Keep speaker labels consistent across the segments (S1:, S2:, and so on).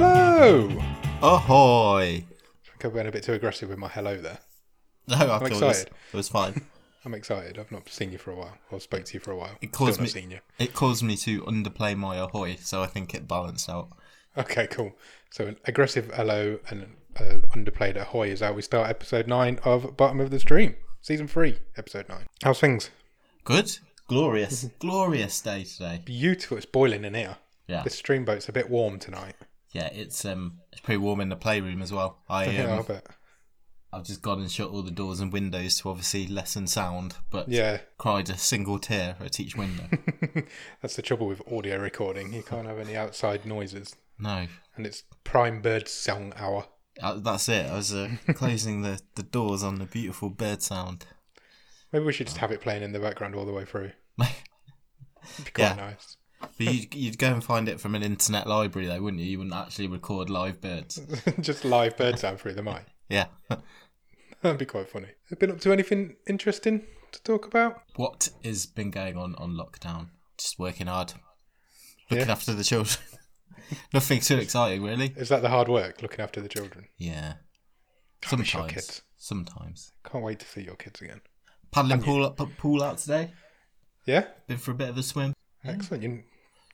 S1: Hello!
S2: Ahoy!
S1: I think I went a bit too aggressive with my hello there.
S2: No, I thought it was,
S1: excited.
S2: it was fine.
S1: I'm excited. I've not seen you for a while, or spoke to you for a while.
S2: It
S1: Still
S2: caused
S1: not
S2: me.
S1: seen you.
S2: It caused me to underplay my ahoy, so I think it balanced out.
S1: Okay, cool. So an aggressive hello and uh, underplayed ahoy is how we start episode nine of Bottom of the Stream, season three, episode nine. How's things?
S2: Good,
S1: Mm-hmm.
S2: glorious, glorious day today.
S1: Beautiful. It's boiling in here.
S2: Yeah,
S1: The stream boat's a bit warm tonight.
S2: yeah. It's um, it's pretty warm in the playroom as well. I
S1: Yeah, I
S2: um,
S1: bet.
S2: I've just gone and shut all the doors and windows to obviously lessen sound, but
S1: Yeah,
S2: cried a single tear at each window.
S1: that's the trouble with audio recording. You can't have any outside noises,
S2: no,
S1: and it's prime bird song hour.
S2: Uh, that's it. I was uh, closing the the doors on the beautiful bird sound.
S1: Maybe we should just have it playing in the background all the way through. It'd be
S2: Yeah.
S1: quite nice.
S2: But you'd, you'd go and find it from an internet library, though, wouldn't you? You wouldn't actually record live birds.
S1: just live bird sound through the mic.
S2: Yeah.
S1: That'd be quite funny. Have been up to anything interesting to talk about?
S2: what has been going on on lockdown? Just working hard, looking
S1: Yeah.
S2: after the children. Nothing too exciting, really.
S1: Is that the hard work, looking after the children?
S2: Yeah.
S1: I miss your
S2: Sometimes.
S1: kids.
S2: Sometimes.
S1: Can't wait to see your kids again.
S2: Paddling pool, uh, p- pool out today.
S1: Yeah?
S2: Been for a bit of a swim.
S1: Excellent. You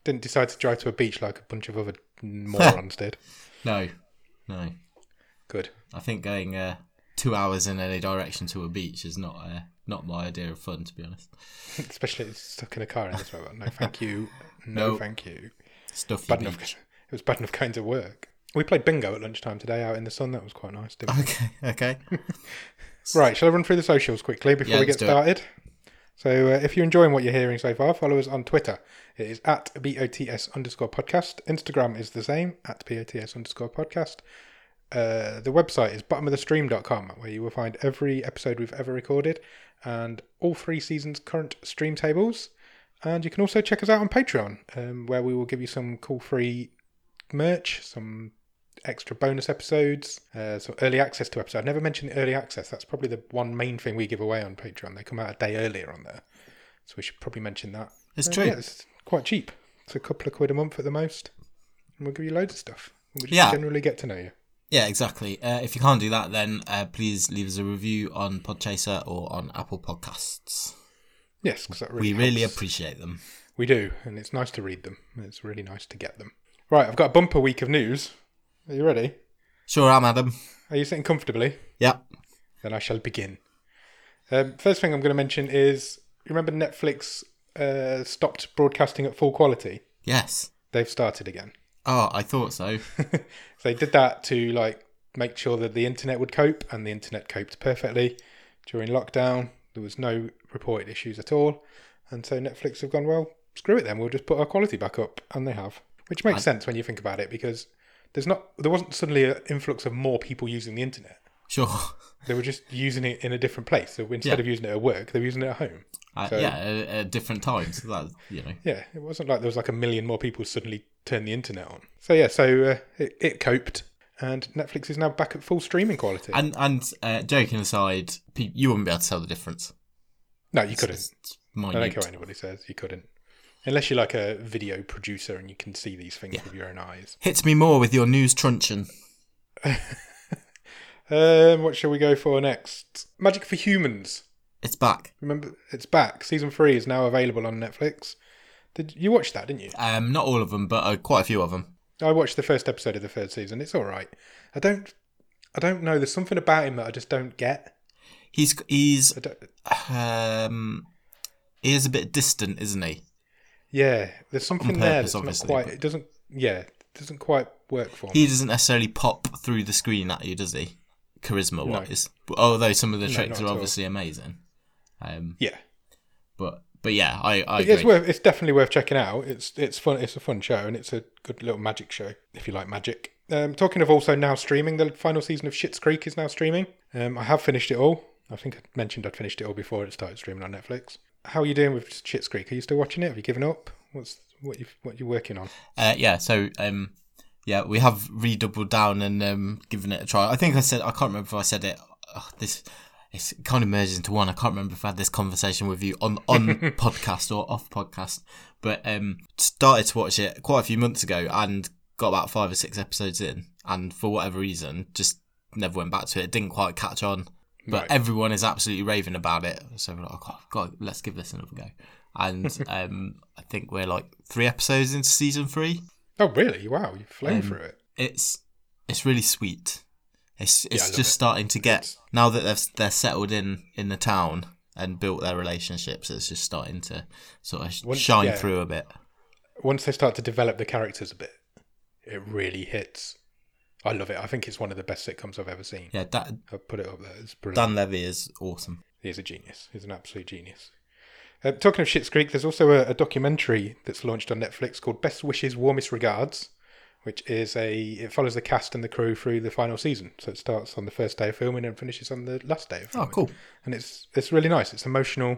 S1: didn't decide to drive to a beach like a bunch of other morons did.
S2: No, no.
S1: Good.
S2: I think going uh, two hours in any direction to a beach is not uh, not my idea of fun, to be honest.
S1: Especially it's stuck in a car in this weather. No, thank you. No,
S2: No.
S1: thank you.
S2: Stuffy
S1: Bad
S2: beach.
S1: enough. It was bad enough going to work. We played bingo at lunchtime today out in the sun. That was quite nice, didn't we?
S2: Okay, okay.
S1: Right, shall I run through the socials quickly before
S2: Yeah,
S1: we get
S2: let's do it.
S1: started? So, uh, if you're enjoying what you're hearing so far, follow us on Twitter. It is at BOTS underscore podcast. Instagram is the same, at BOTS underscore podcast. Uh, the website is bottomofthestream.com, where you will find every episode we've ever recorded and all three seasons' current stream tables. And you can also check us out on Patreon, um, where we will give you some cool free merch, some extra bonus episodes, uh, some early access to episodes. I never mentioned the early access. That's probably the one main thing we give away on Patreon. They come out a day earlier on there. So we should probably mention that.
S2: It's
S1: Uh,
S2: true.
S1: yeah, it's quite cheap. It's a couple of quid a month at the most. And we'll give you loads of stuff. We just
S2: Yeah.
S1: generally get to know you.
S2: Yeah, exactly. Uh, if you can't do that, then uh, please leave us a review on Podchaser or on Apple Podcasts.
S1: Yes, because that really
S2: We really
S1: helps.
S2: appreciate them.
S1: We do, and it's nice to read them. It's really nice to get them. Right, I've got a bumper week of news. Are you ready?
S2: Sure, I'm Adam.
S1: Are you sitting comfortably?
S2: Yep.
S1: Then I shall begin. Um, first thing I'm going to mention is you remember Netflix uh, stopped broadcasting at full quality?
S2: Yes.
S1: They've started again.
S2: Oh, I thought so.
S1: so they did that to like make sure that the internet would cope, and the internet coped perfectly during lockdown. There was no reported issues at all, and so Netflix have gone well. Screw it, then we'll just put our quality back up, and they have, which makes sense when you think about it because there's not there wasn't suddenly an influx of more people using the internet.
S2: Sure.
S1: They were just using it in a different place. So instead
S2: Yeah.
S1: of using it at work, they were using it at home.
S2: Uh,
S1: So-
S2: yeah, at, at different times. That you know.
S1: Yeah, it wasn't like there was like a million more people suddenly turned the internet on. So yeah, so uh, it, it coped, and Netflix is now back at full streaming quality.
S2: And and uh, joking aside, pe- you wouldn't be able to tell the difference.
S1: no, you couldn't.
S2: It's
S1: I don't care
S2: minute.
S1: what anybody says, you couldn't, unless you're like a video producer and you can see these things with your own eyes.
S2: Hits me more with your news truncheon.
S1: Um, what shall we go for next? Magic for Humans.
S2: It's back.
S1: Remember, it's back. Season three is now available on Netflix. Did you watch that? Didn't you?
S2: Um, not all of them, but uh, quite a few of them.
S1: I watched the first episode of the third season. It's all right. I don't. I don't know. There's something about him that I just don't get.
S2: He's he's
S1: I don't,
S2: um he is a bit distant, isn't he?
S1: Yeah, there's something there
S2: purpose,
S1: that's not
S2: obviously,
S1: quite.
S2: but-
S1: It doesn't. Yeah, it doesn't quite work for me.
S2: he doesn't necessarily pop through the screen at you, does he? Charisma wise, although some of the tricks
S1: not at
S2: are
S1: all.
S2: obviously amazing. Um,
S1: yeah,
S2: but but yeah, I I
S1: it's
S2: agree.
S1: worth. It's definitely worth checking out. It's it's fun. It's a fun show, and it's a good little magic show if you like magic. Um, talking of also now streaming, the final season of Shit's Creek is now streaming. Um, I have finished it all. I think I mentioned I'd finished it all before it started streaming on Netflix. How are you doing with Shit's Creek? Are you still watching it? Have you given up? What's what you what you working on?
S2: Uh, yeah, so um, yeah, we have redoubled down and um, given it a try. I think I said I can't remember if I said it. Oh, this it's kind of merges into one. I can't remember if I had this conversation with you on on podcast or off podcast, but um, started to watch it quite a few months ago and got about five or six episodes in, and for whatever reason, just never went back to it. It didn't quite catch on, but
S1: Right.
S2: everyone is absolutely raving about it. So we're like, oh, God, God, let's give this another go. And um, I think we're like three episodes into season three.
S1: Oh, really? Wow, you flew
S2: Um,
S1: through it.
S2: It's it's really sweet. It's
S1: Yeah, I
S2: it's
S1: love
S2: just
S1: it.
S2: starting to get
S1: It's-
S2: now that they've they're settled in in the town and built their relationships. It's just starting to sort of
S1: Once-
S2: shine
S1: yeah.
S2: through a bit.
S1: Once they start to develop the characters a bit, it really hits. I love it. I think it's one of the best sitcoms I've ever seen.
S2: Yeah, that,
S1: I'll put it up there. It's brilliant.
S2: Dan Levy is awesome.
S1: He's a genius. He's an absolute genius. Uh, talking of Shit's Creek, there's also a, a documentary that's launched on Netflix called Best Wishes, Warmest Regards, which is a it follows the cast and the crew through the final season. So it starts on the first day of filming and finishes on the last day of
S2: Oh,
S1: filming.
S2: cool.
S1: And it's it's really nice. It's emotional.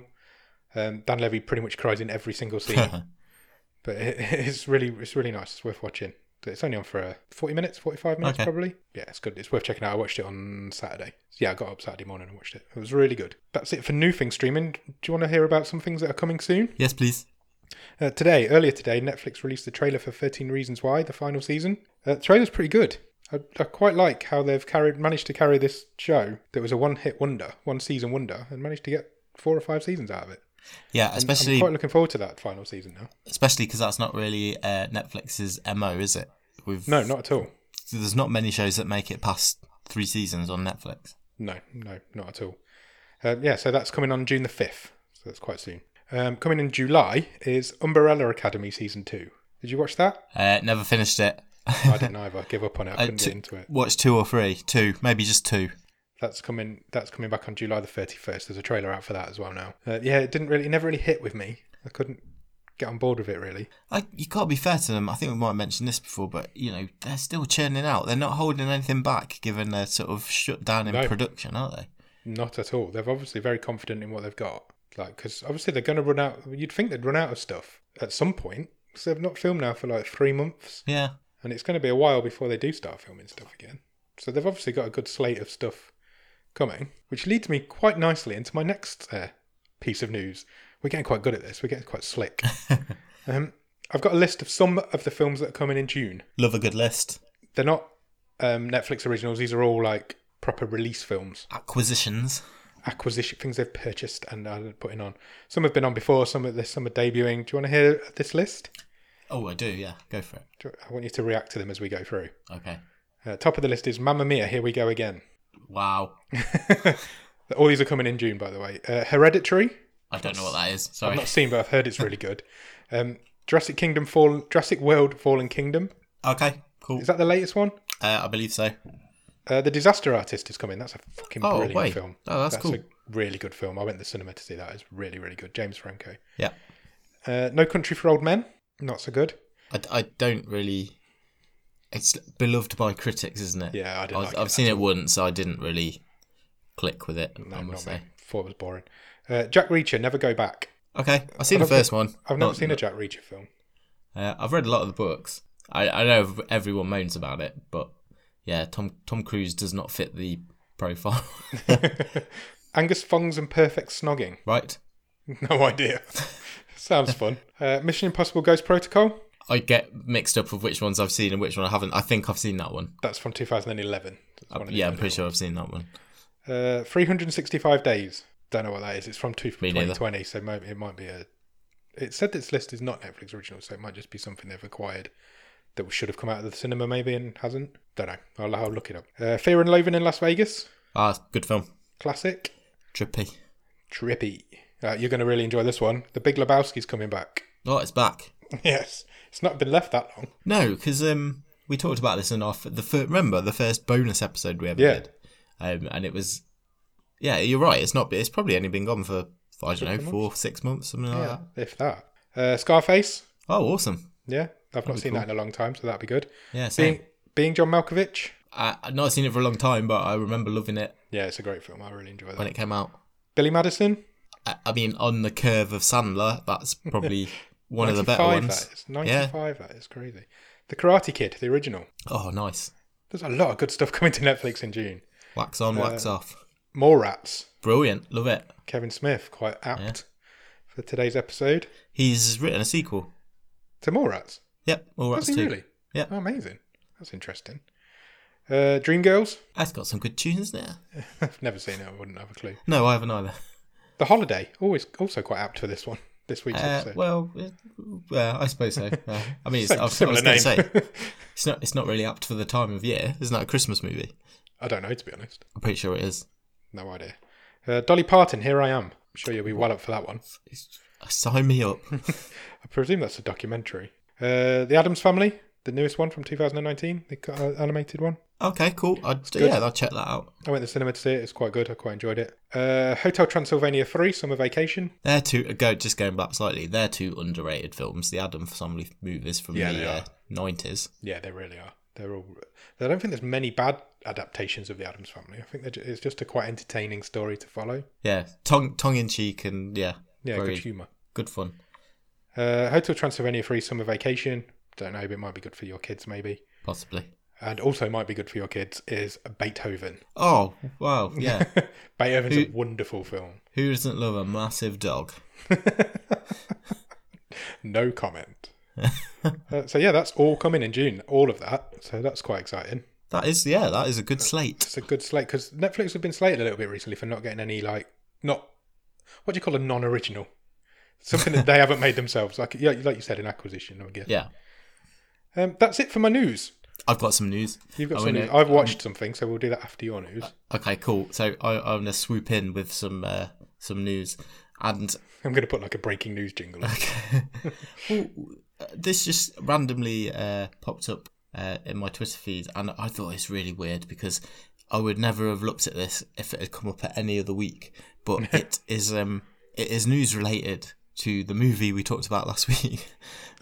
S1: Um, Dan Levy pretty much cries in every single scene, but it, it's really it's really nice. It's worth watching. It's only on for uh, 40 minutes, 45 minutes
S2: Okay.
S1: probably. Yeah, it's good. It's worth checking out. I watched it on Saturday. Yeah, I got up Saturday morning and watched it. It was really good. That's it for new things streaming. Do you want to hear about some things that are coming soon?
S2: Yes, please.
S1: Uh, today, earlier today, Netflix released the trailer for 13 Reasons Why, the final season. Uh, the trailer's pretty good. I, I quite like how they've carried managed to carry this show that was a one hit wonder, one season wonder, and managed to get four or five seasons out of it.
S2: Yeah,
S1: I'm
S2: especially
S1: quite looking forward to that final season now.
S2: especially because that's not really uh, Netflix's mo, is it? We've
S1: No, not at all.
S2: there's not many shows that make it past three seasons on Netflix.
S1: No, no, not at all. Um, yeah, so that's coming on June the 5th. So that's quite soon. Um, coming in July is Umbrella Academy Season 2. Did you watch that?
S2: Uh, never finished it.
S1: I didn't either. I gave up on it. I couldn't
S2: two-
S1: get into it.
S2: Watch two or three, two, maybe just two.
S1: That's coming. That's coming back on July the thirty first. There's a trailer out for that as well now. Uh, yeah, it didn't really, it never really hit with me. I couldn't get on board with it really.
S2: I, you can't be fair to them. I think we might have mentioned this before, but you know they're still churning out. They're not holding anything back, given their sort of shutdown in
S1: No.
S2: production, are they?
S1: Not at all. They're obviously very confident in what they've got. Like, because obviously they're going to run out. You'd think they'd run out of stuff at some point. Because they've not filmed now for like three months.
S2: Yeah,
S1: and it's going to be a while before they do start filming stuff again. So they've obviously got a good slate of stuff coming, which leads me quite nicely into my next uh, piece of news. We're getting quite good at this. We're getting quite slick. um, I've got a list of some of the films that are coming in June.
S2: love a good list.
S1: They're not um, Netflix originals. These are all like proper release films,
S2: Acquisitions.
S1: acquisition things they've purchased and are putting on. Some have been on before. Some are this. Some are debuting. Do you want to hear this list?
S2: Oh, I do. Yeah, go for it.
S1: Do- I want you to react to them as we go through.
S2: Okay.
S1: Uh, top of the list is Mamma Mia. Here we go again.
S2: Wow.
S1: All these are coming in June, by the way. Uh, Hereditary,
S2: I don't know what that is. Sorry.
S1: not seen, but I've heard it's really good. Um, Jurassic Kingdom, Fall, Jurassic World, Fallen Kingdom.
S2: Okay. Cool.
S1: Is that the latest one?
S2: Uh, I believe so.
S1: Uh, the Disaster Artist is coming. That's a fucking
S2: Oh,
S1: brilliant
S2: wait.
S1: film.
S2: Oh, that's cool.
S1: a really good film. I went to the cinema to see that. It's really, really good. James Franco.
S2: Yeah.
S1: Uh, no Country for Old Men, not so good.
S2: I, I don't really. It's beloved by critics, isn't it?
S1: Yeah, I didn't
S2: I was,
S1: like
S2: I've
S1: it.
S2: seen it once, so I didn't really click with it.
S1: No,
S2: I
S1: not
S2: must
S1: me.
S2: say.
S1: Thought it was boring. Uh, Jack Reacher, Never Go Back.
S2: Okay, I've seen the
S1: don't think-
S2: first one.
S1: I've never seen a Jack Reacher film.
S2: Uh, I've read a lot of the books. I, I know ev- everyone moans about it, but yeah, Tom Tom Cruise does not fit the profile,
S1: Angus Fung's and Perfect Snogging.
S2: right?
S1: No idea. Sounds fun. Uh, Mission Impossible Ghost Protocol.
S2: I get mixed up with which ones I've seen and which one I haven't. I think I've seen that one.
S1: That's from 2011. That's one of the
S2: Uh, Yeah, I'm
S1: early
S2: pretty sure I've seen that one.
S1: ones. Uh, 365 days. Don't know what that is. It's from two-
S2: Me neither.
S1: 2020, so maybe it might be a. It said this list is not Netflix original, so it might just be something they've acquired that should have come out of the cinema maybe and hasn't. Don't know. I'll, I'll look it up. Uh, Fear and Loathing in Las Vegas.
S2: Ah, it's a good film.
S1: Classic.
S2: Trippy.
S1: Trippy. Uh, you're going to really enjoy this one. The Big Lebowski's coming back.
S2: Oh, it's back.
S1: yes. It's not been left that long.
S2: No, because um, we talked about this in our f- the fir- remember the first bonus episode we ever
S1: Yeah.
S2: did, um, and it was yeah, you're right. It's not. It's probably only been gone for I don't know four, six months, something like that.
S1: If that. Uh, Scarface.
S2: Oh, awesome.
S1: Yeah, I've not seen that in a long time, so that'd be good.
S2: Yeah,
S1: Being,
S2: same.
S1: being John Malkovich.
S2: I, I've not seen it for a long time, but I remember loving it
S1: Yeah, it's a great film. I really enjoy that.
S2: when it came out.
S1: Billy Madison.
S2: I, I mean, on the curve of Sandler, that's probably one of the better
S1: 95,
S2: ones.
S1: that is. 95, that is crazy. The Karate Kid, the original.
S2: Oh, nice.
S1: There's a lot of good stuff coming to Netflix in June.
S2: Wax on, wax off.
S1: More Rats.
S2: Brilliant. Love it.
S1: Kevin Smith, quite apt for today's episode.
S2: He's written a sequel.
S1: To More Rats.
S2: Yep. All right.
S1: Has he
S2: two.
S1: really?
S2: Yeah.
S1: Oh, amazing. That's interesting. Uh, Dreamgirls.
S2: That's got some good tunes there.
S1: I've never seen it. I wouldn't have a clue.
S2: No, I haven't either.
S1: The Holiday. Always also quite apt for this one. This week's
S2: Uh,
S1: episode.
S2: well, uh, well, I suppose so. Uh, I mean, it's, I was, I
S1: Similar
S2: was going to
S1: name.
S2: say it's not. It's not really up for the time of year. Isn't that a Christmas movie?
S1: I don't know to be honest.
S2: I'm pretty sure it is.
S1: No idea. Uh, Dolly Parton. Here I am. I'm sure you'll be well up for that one.
S2: It's, uh, sign me up.
S1: I presume that's a documentary. Uh, the Adams Family. The newest one from 2019. The co- uh, animated one.
S2: okay, cool. I'd, yeah, I'll check that out.
S1: I went to the cinema to see it. It's quite good. I quite enjoyed it. Uh, Hotel Transylvania 3. Summer Vacation.
S2: They're two uh, go just going back slightly. They're two underrated films. The Adam Family movies from
S1: Yeah, they
S2: the
S1: are.
S2: uh, 90s.
S1: Yeah, they really are. They're all. I don't think there's many bad adaptations of the Adams Family. I think they're ju- it's just a quite entertaining story to follow.
S2: Yeah, tongue tongue in cheek and yeah,
S1: Yeah,
S2: very
S1: good humour.
S2: good fun.
S1: Uh, Hotel Transylvania free summer vacation. Don't know, but it might be good for your kids maybe,
S2: Possibly.
S1: and also might be good for your kids is Beethoven.
S2: Oh wow, yeah.
S1: Beethoven's a
S2: Who-
S1: wonderful film.
S2: Who doesn't love a massive dog?
S1: No comment. Uh, so yeah, that's all coming in June. All of that. So that's quite exciting.
S2: That is yeah, that is a
S1: Uh,
S2: good slate.
S1: It's a good slate because Netflix have been slated a little bit recently for not getting any like not what do you call a non-original, something that they haven't made themselves. Like yeah, like you said, an acquisition. I guess.
S2: Yeah,
S1: Um, that's it for my news.
S2: I've got some news.
S1: You've got
S2: I
S1: some
S2: mean,
S1: news.
S2: uh,
S1: I've watched something, so we'll do that after your news.
S2: Okay, cool. So I, I'm gonna swoop in with some uh, some news, and
S1: I'm going to put like a breaking news jingle. on.
S2: well, this just randomly uh, popped up uh, in my Twitter feed, and I thought it's really weird because I would never have looked at this if it had come up at any other week. But it is um, it is news related to the movie we talked about last week.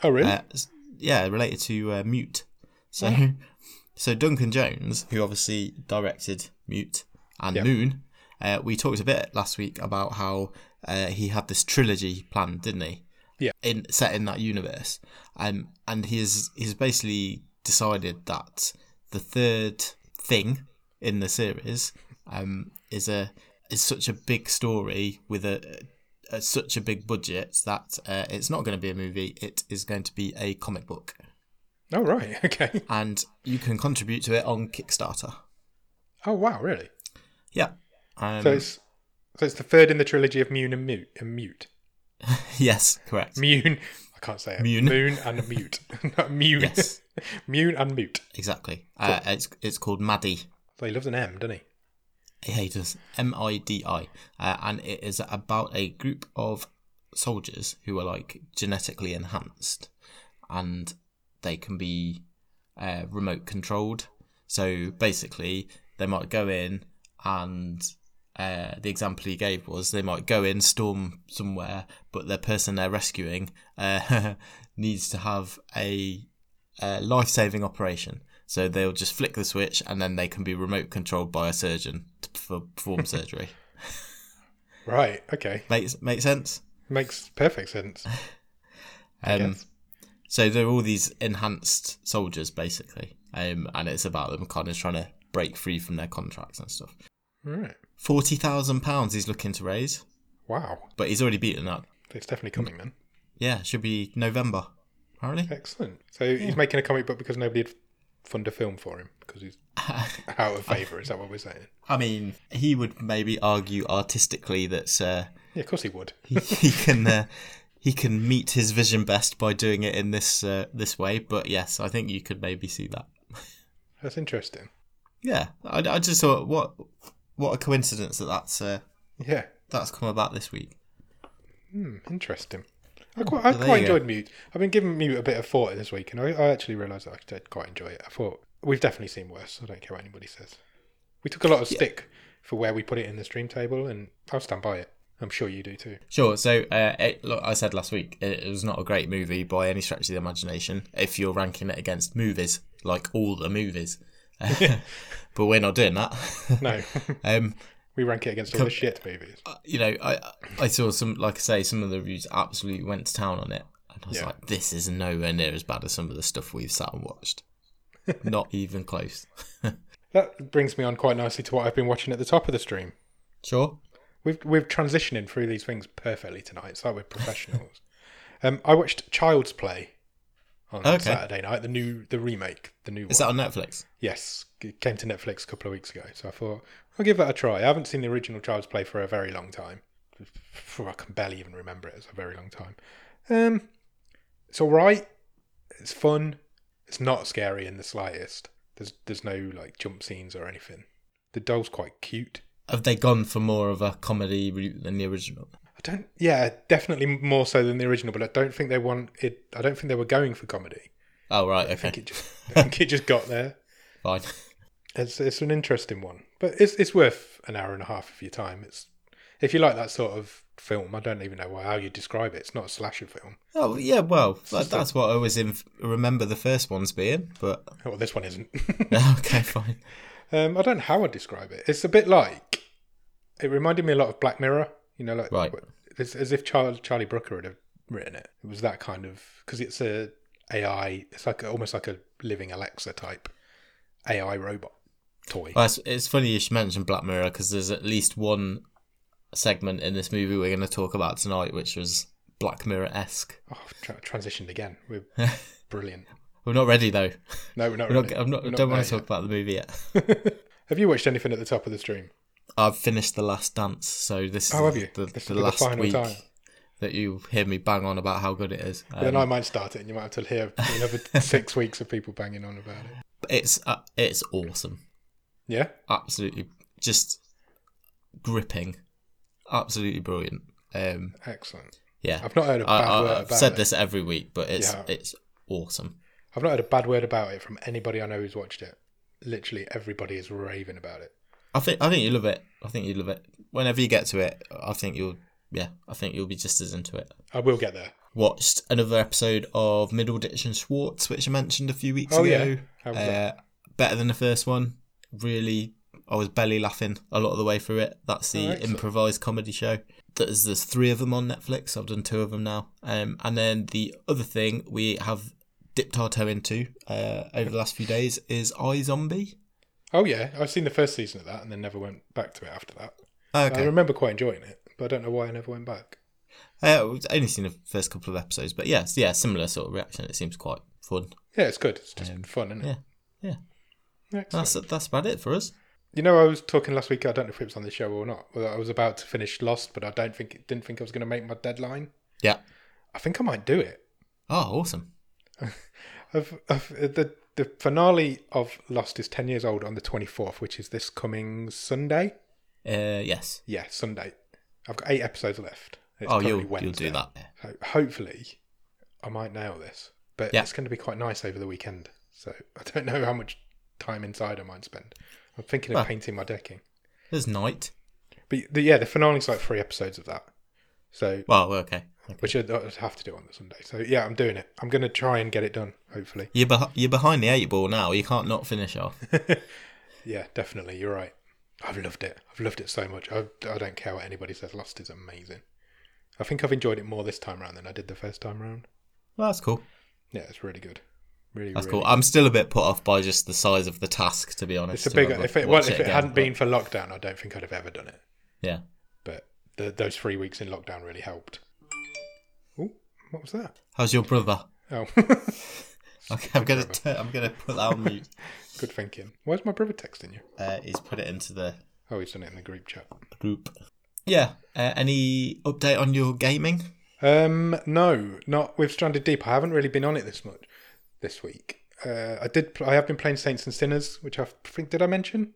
S1: oh, really?
S2: Uh, s- yeah, related to uh, Mute. So, so Duncan Jones, who obviously directed Mute and Moon, uh, we talked a bit last week about how uh, he had this trilogy planned, didn't he?
S1: Yeah.
S2: In set in that universe, um, and he has he's basically decided that the third thing in the series um, is a is such a big story with a uh, such a big budget that uh, it's not going to be a movie. It is going to be a comic book,
S1: oh, right. Okay.
S2: and you can contribute to it on Kickstarter.
S1: Oh, wow. Really?
S2: Yeah. Um,
S1: So it's so it's the third in the trilogy of Mune and Mute and Mute.
S2: yes, correct.
S1: Mune. I can't say it.
S2: Mune.
S1: Moon and Mute. Not Mune.
S2: Yes.
S1: Mune and Mute.
S2: Exactly. Uh, it's it's called Maddie.
S1: So he loves an M, doesn't he?
S2: He hates us. M I D I, Uh, and it is about a group of soldiers who are like genetically enhanced, and they can be uh, remote controlled. So basically, they might go in, and uh, the example he gave was they might go in, storm somewhere, but the person they're rescuing uh, needs to have a uh, life saving operation. So they'll just flick the switch and then they can be remote controlled by a surgeon to perf- perform surgery.
S1: Right. Okay.
S2: Makes make sense?
S1: Makes perfect sense.
S2: Um,
S1: Yes.
S2: so there are all these enhanced soldiers basically, um, and it's about them kind of trying to break free from their contracts and stuff.
S1: Right.
S2: Forty thousand pounds he's looking to raise,
S1: Wow.
S2: but he's already beaten that.
S1: It's definitely coming then.
S2: Yeah, should be November, apparently.
S1: Excellent. So he's making a comic book because nobody would fund a film for him because he's out of favour. Is that what we're saying?
S2: I mean, he would maybe argue artistically that uh,
S1: Yeah, of course he would.
S2: he, he can uh, he can meet his vision best by doing it in this uh, this way. But yes, I think you could maybe see that.
S1: That's interesting.
S2: Yeah, I, I just thought what what a coincidence that that's uh,
S1: Yeah.
S2: that's come about this week.
S1: Interesting. I quite, I
S2: there
S1: quite
S2: you go.
S1: enjoyed Mute. I've been giving Mute a bit of thought this week, and I, I actually realised that I did quite enjoy it. I thought we've definitely seen worse. I don't care what anybody says. We took a lot of stick for where we put it in the stream table, and I'll stand by it. I'm sure you do too.
S2: Sure. So, uh, it, like I said last week, it, it was not a great movie by any stretch of the imagination. If you're ranking it against movies, like all the movies, but we're not doing that.
S1: No,
S2: um,
S1: we rank it against all the shit movies.
S2: you know, I I saw some, like I say, some of the reviews absolutely went to town on it, and I was
S1: Yeah.
S2: like, this is nowhere near as bad as some of the stuff we've sat and watched. Not even close.
S1: That brings me on quite nicely to what I've been watching at the top of the stream.
S2: Sure.
S1: We've we're transitioning through these things perfectly tonight. It's like we're professionals. um, I watched Child's Play on
S2: Okay.
S1: Saturday night. The new, the remake, the new
S2: Is
S1: one.
S2: that on Netflix?
S1: Yes, it came to Netflix a couple of weeks ago, so I thought I'll give that a try. I haven't seen the original Child's Play for a very long time. I can barely even remember it. It's a very long time. Um, it's all right. It's fun. It's not scary in the slightest. There's there's no like jump scenes or anything. The doll's quite cute.
S2: Have they gone for more of a comedy route than the original?
S1: I don't. Yeah, definitely more so than the original, but I don't think they want it. I don't think they were going for comedy.
S2: Oh right,
S1: I think
S2: okay,
S1: it just I think it just got there.
S2: fine.
S1: It's it's an interesting one, but it's it's worth an hour and a half of your time. It's if you like that sort of film, I don't even know why, how you describe it. It's not a slasher film.
S2: Oh yeah, well that, that's what I always in, remember the first ones being. But
S1: Well, this one isn't.
S2: okay, fine.
S1: um, I don't know how I describe it. It's a bit like it reminded me a lot of Black Mirror. You know, like
S2: Right.
S1: it's as if Charlie Charlie Brooker had written it. It was that kind of because it's a AI. It's like a, almost like a living Alexa type AI robot toy.
S2: Well, it's, it's funny you should mention Black Mirror because there's at least one segment in this movie we're going to talk about tonight, which was Black Mirror esque.
S1: Oh, tra- transitioned again. We're brilliant.
S2: We're not ready though.
S1: No, we're not.
S2: We're not,
S1: really.
S2: I'm not,
S1: We're
S2: don't want
S1: there
S2: to
S1: yet.
S2: talk about the movie yet.
S1: Have you watched anything at the top of the stream?
S2: I've finished The Last Dance, so this
S1: Oh,
S2: is
S1: have you?
S2: the,
S1: This
S2: the
S1: will be the
S2: last
S1: final
S2: week
S1: time.
S2: that you hear me bang on about how good it is.
S1: then
S2: Um,
S1: I might start it, and you might have to hear another six weeks of people banging on about it.
S2: it's uh, it's awesome,
S1: Yeah,
S2: absolutely just gripping, absolutely brilliant. Um,
S1: excellent.
S2: yeah,
S1: I've not heard a
S2: I,
S1: bad word
S2: I, I've
S1: about
S2: said
S1: it.
S2: this every week, but it's
S1: Yeah.
S2: it's awesome.
S1: I've not heard a bad word about it from anybody I know who's watched it. Literally, everybody is raving about it.
S2: I think I think you love it. I think you love it. Whenever you get to it, I think you'll yeah, I think you'll be just as into it.
S1: I will get there.
S2: Watched another episode of Middle Ditch and Schwartz, which I mentioned a few weeks
S1: Oh, yeah.
S2: ago.
S1: How was that?
S2: Uh, better than the first one. Really, I was belly laughing a lot of the way through it. That's
S1: Oh,
S2: the
S1: excellent.
S2: improvised comedy show. There's, there's three of them on Netflix. I've done two of them now. Um, and then the other thing we have dipped our toe into uh, over the last few days is I Zombie.
S1: Oh yeah, I've seen the first season of that, and then never went back to it after that. I
S2: Okay.
S1: remember quite enjoying it, but I don't know why I never went back.
S2: Uh, I've only seen the first couple of episodes, but yeah, yeah, similar sort of reaction. It seems quite fun.
S1: Yeah, it's good. It's just fun, isn't it?
S2: Um, yeah,
S1: Yeah.
S2: That's that's about it for us.
S1: You know, I was talking last week. I don't know if it was on the show or not. Well, I was about to finish Lost, but I don't think didn't think I was going to make my deadline.
S2: Yeah.
S1: I think I might do it.
S2: Oh, awesome.
S1: I've, I've, uh, the the finale of Lost is ten years old on the twenty fourth, which is this coming Sunday.
S2: Uh, yes.
S1: Yeah, Sunday. I've got eight episodes left. It's
S2: oh,
S1: currently
S2: you'll you'll
S1: Wednesday.
S2: do that.
S1: So hopefully, I might nail this, but
S2: Yeah.
S1: it's going to be quite nice over the weekend. So I don't know how much time inside I might spend. I'm thinking of
S2: Well.
S1: painting my decking.
S2: There's night.
S1: But the, yeah, the finale's like three episodes of that. So
S2: Well, okay.
S1: which I'd I'd have to do on the Sunday. So yeah, I'm doing it. I'm going to try and get it done. Hopefully,
S2: You're, beh you're behind the eight ball now. You can't not finish off.
S1: yeah, definitely. You're right. I've loved it. I've loved it so much. I, I don't care what anybody says. Lost is amazing. I think I've enjoyed it more this time round than I did the first time round.
S2: Well, that's cool.
S1: Yeah, it's really good. Really,
S2: That's
S1: really
S2: cool. I'm still a bit put off by just the size of the task, to be honest.
S1: It's a big.
S2: I'll
S1: If it,
S2: watch
S1: well, if it
S2: again,
S1: hadn't
S2: but-
S1: been for lockdown, I don't think I'd have ever done it.
S2: Yeah.
S1: But the, those three weeks in lockdown really helped. Oh, what was that?
S2: How's your brother?
S1: Oh,
S2: Okay, I'm gonna t- I'm gonna put that on mute.
S1: good thinking. Why's my brother texting you?
S2: Uh, he's put it into the
S1: Oh, he's done it in the group chat.
S2: group. Yeah. Uh, any update on your gaming?
S1: Um, no, not with Stranded Deep. I haven't really been on it this much this week. Uh, I did. pl- I have been playing Saints and Sinners, which I think did I mention?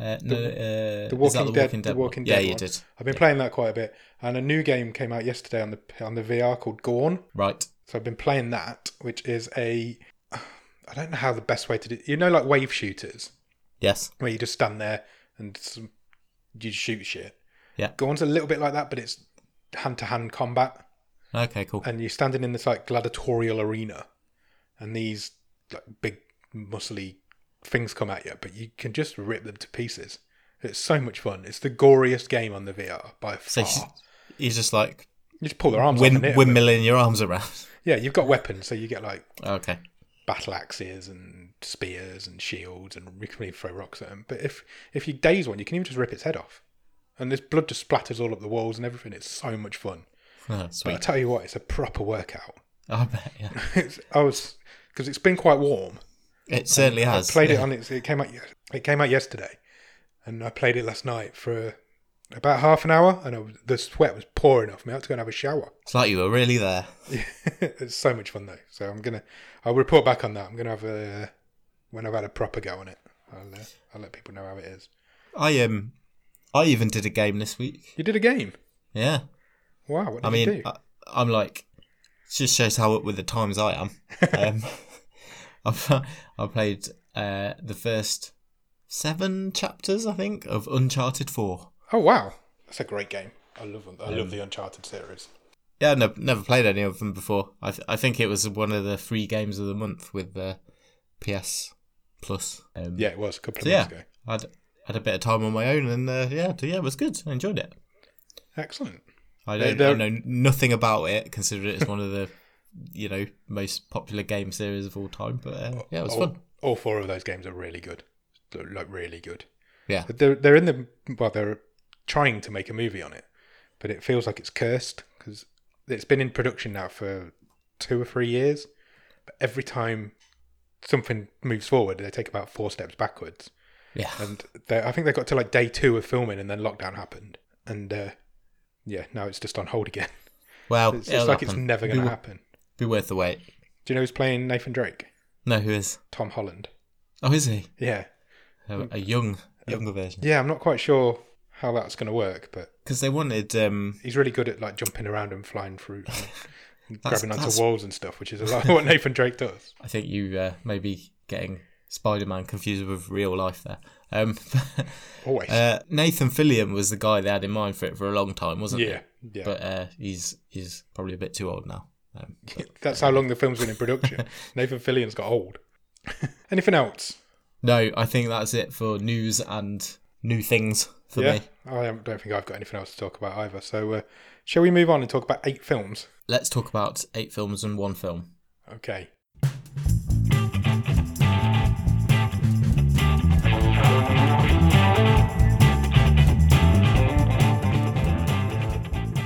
S2: Uh, no. uh,
S1: The
S2: is that
S1: Walking Dead. the
S2: one?
S1: Walking
S2: Yeah,
S1: Dead.
S2: you
S1: one.
S2: did.
S1: I've been playing that quite a bit, and a new game came out yesterday on the on the VR called Gorn.
S2: Right.
S1: So I've been playing that, which is a I don't know how the best way to do. You know, like wave shooters,
S2: Yes.
S1: where you just stand there and some, you shoot shit.
S2: Yeah.
S1: Gorn's a little bit like that, but it's hand to hand combat
S2: Okay. Cool.
S1: and you're standing in this like gladiatorial arena, and these like big muscly things come at you, but you can just rip them to pieces. It's so much fun. It's the goriest game on the VR by
S2: So
S1: far.
S2: he's, he's just like
S1: you just pull their arms.
S2: win,
S1: off and hit 'em.
S2: windmilling your arms around.
S1: Yeah, you've got weapons, so you get like
S2: okay.
S1: battle axes and spears and shields, and you can even throw rocks at them. But if if you daze one, you can even just rip its head off, and this blood just splatters all up the walls and everything. It's so much fun.
S2: Oh,
S1: But I
S2: sweet.
S1: tell you what, it's a proper workout.
S2: I bet. Yeah.
S1: It's, I was because it's been quite warm.
S2: It certainly has.
S1: I played
S2: yeah.
S1: it on its. It came out. yes- It came out yesterday, and I played it last night for about half an hour, and I was, the sweat was pouring off me. I had to go and have a shower.
S2: It's like you were really there.
S1: it's so much fun though. So I'm gonna. I'll report back on that. I'm gonna have a when I've had a proper go on it. I'll uh, I'll let people know how it is.
S2: I um, I even did a game this week.
S1: You did a game.
S2: Yeah.
S1: Wow. What did
S2: I
S1: you
S2: mean,
S1: do?
S2: I, I'm like, it just shows how up with the times I am. Um, I've, I played uh, the first seven chapters, I think, of Uncharted Four.
S1: oh wow, that's a great game. I love. I love the Uncharted series.
S2: Yeah, no, never played any of them before. I, th- I think it was one of the free games of the month with the PS Plus. Um,
S1: Yeah, it was a couple of
S2: so yeah,
S1: months ago.
S2: I'd had a bit of time on my own, and uh, yeah, d- yeah, it was good. I enjoyed it.
S1: Excellent.
S2: I
S1: They-
S2: don't I
S1: they're-
S2: know nothing about it, considering it's one of the you know most popular game series of all time. But uh, yeah, it was
S1: all,
S2: fun.
S1: all four of those games are really good. They're, Like really good.
S2: Yeah.
S1: But They're they're in the well. They're trying to make a movie on it, but it feels like it's cursed because it's been in production now for two or three years. But every time something moves forward, they take about four steps backwards.
S2: Yeah,
S1: And they, I think they got to like day two of filming, and then lockdown happened. And uh, yeah, now it's just on hold again.
S2: well,
S1: It's
S2: it'll
S1: just like it's
S2: happen.
S1: never
S2: Be
S1: going to
S2: wo-
S1: happen.
S2: Be worth the wait.
S1: Do you know who's playing Nathan Drake?
S2: No, who is?
S1: Tom Holland.
S2: Oh, is he
S1: Yeah,
S2: a, a young, younger version?
S1: Yeah, I'm not quite sure how that's going to work, but
S2: Because they wanted um,
S1: he's really good at like jumping around and flying through, and grabbing onto
S2: that's-
S1: walls and stuff, which is a lot of what Nathan Drake does.
S2: I think you uh, may be getting Spider Man confused with real life there. Um,
S1: Always.
S2: uh, Nathan Fillion was the guy they had in mind for it for a long time, wasn't
S1: yeah, yeah.
S2: he? But uh, he's he's probably a bit too old now. Um, but-
S1: that's how long the film's been in production. Nathan Fillion's got old. Anything else?
S2: no, I think that's it for news and new things for
S1: Yeah,
S2: me.
S1: I don't don't think I've got anything else to talk about either. So, uh, shall we move on and talk about eight films?
S2: Let's talk about eight films and one film.
S1: Okay.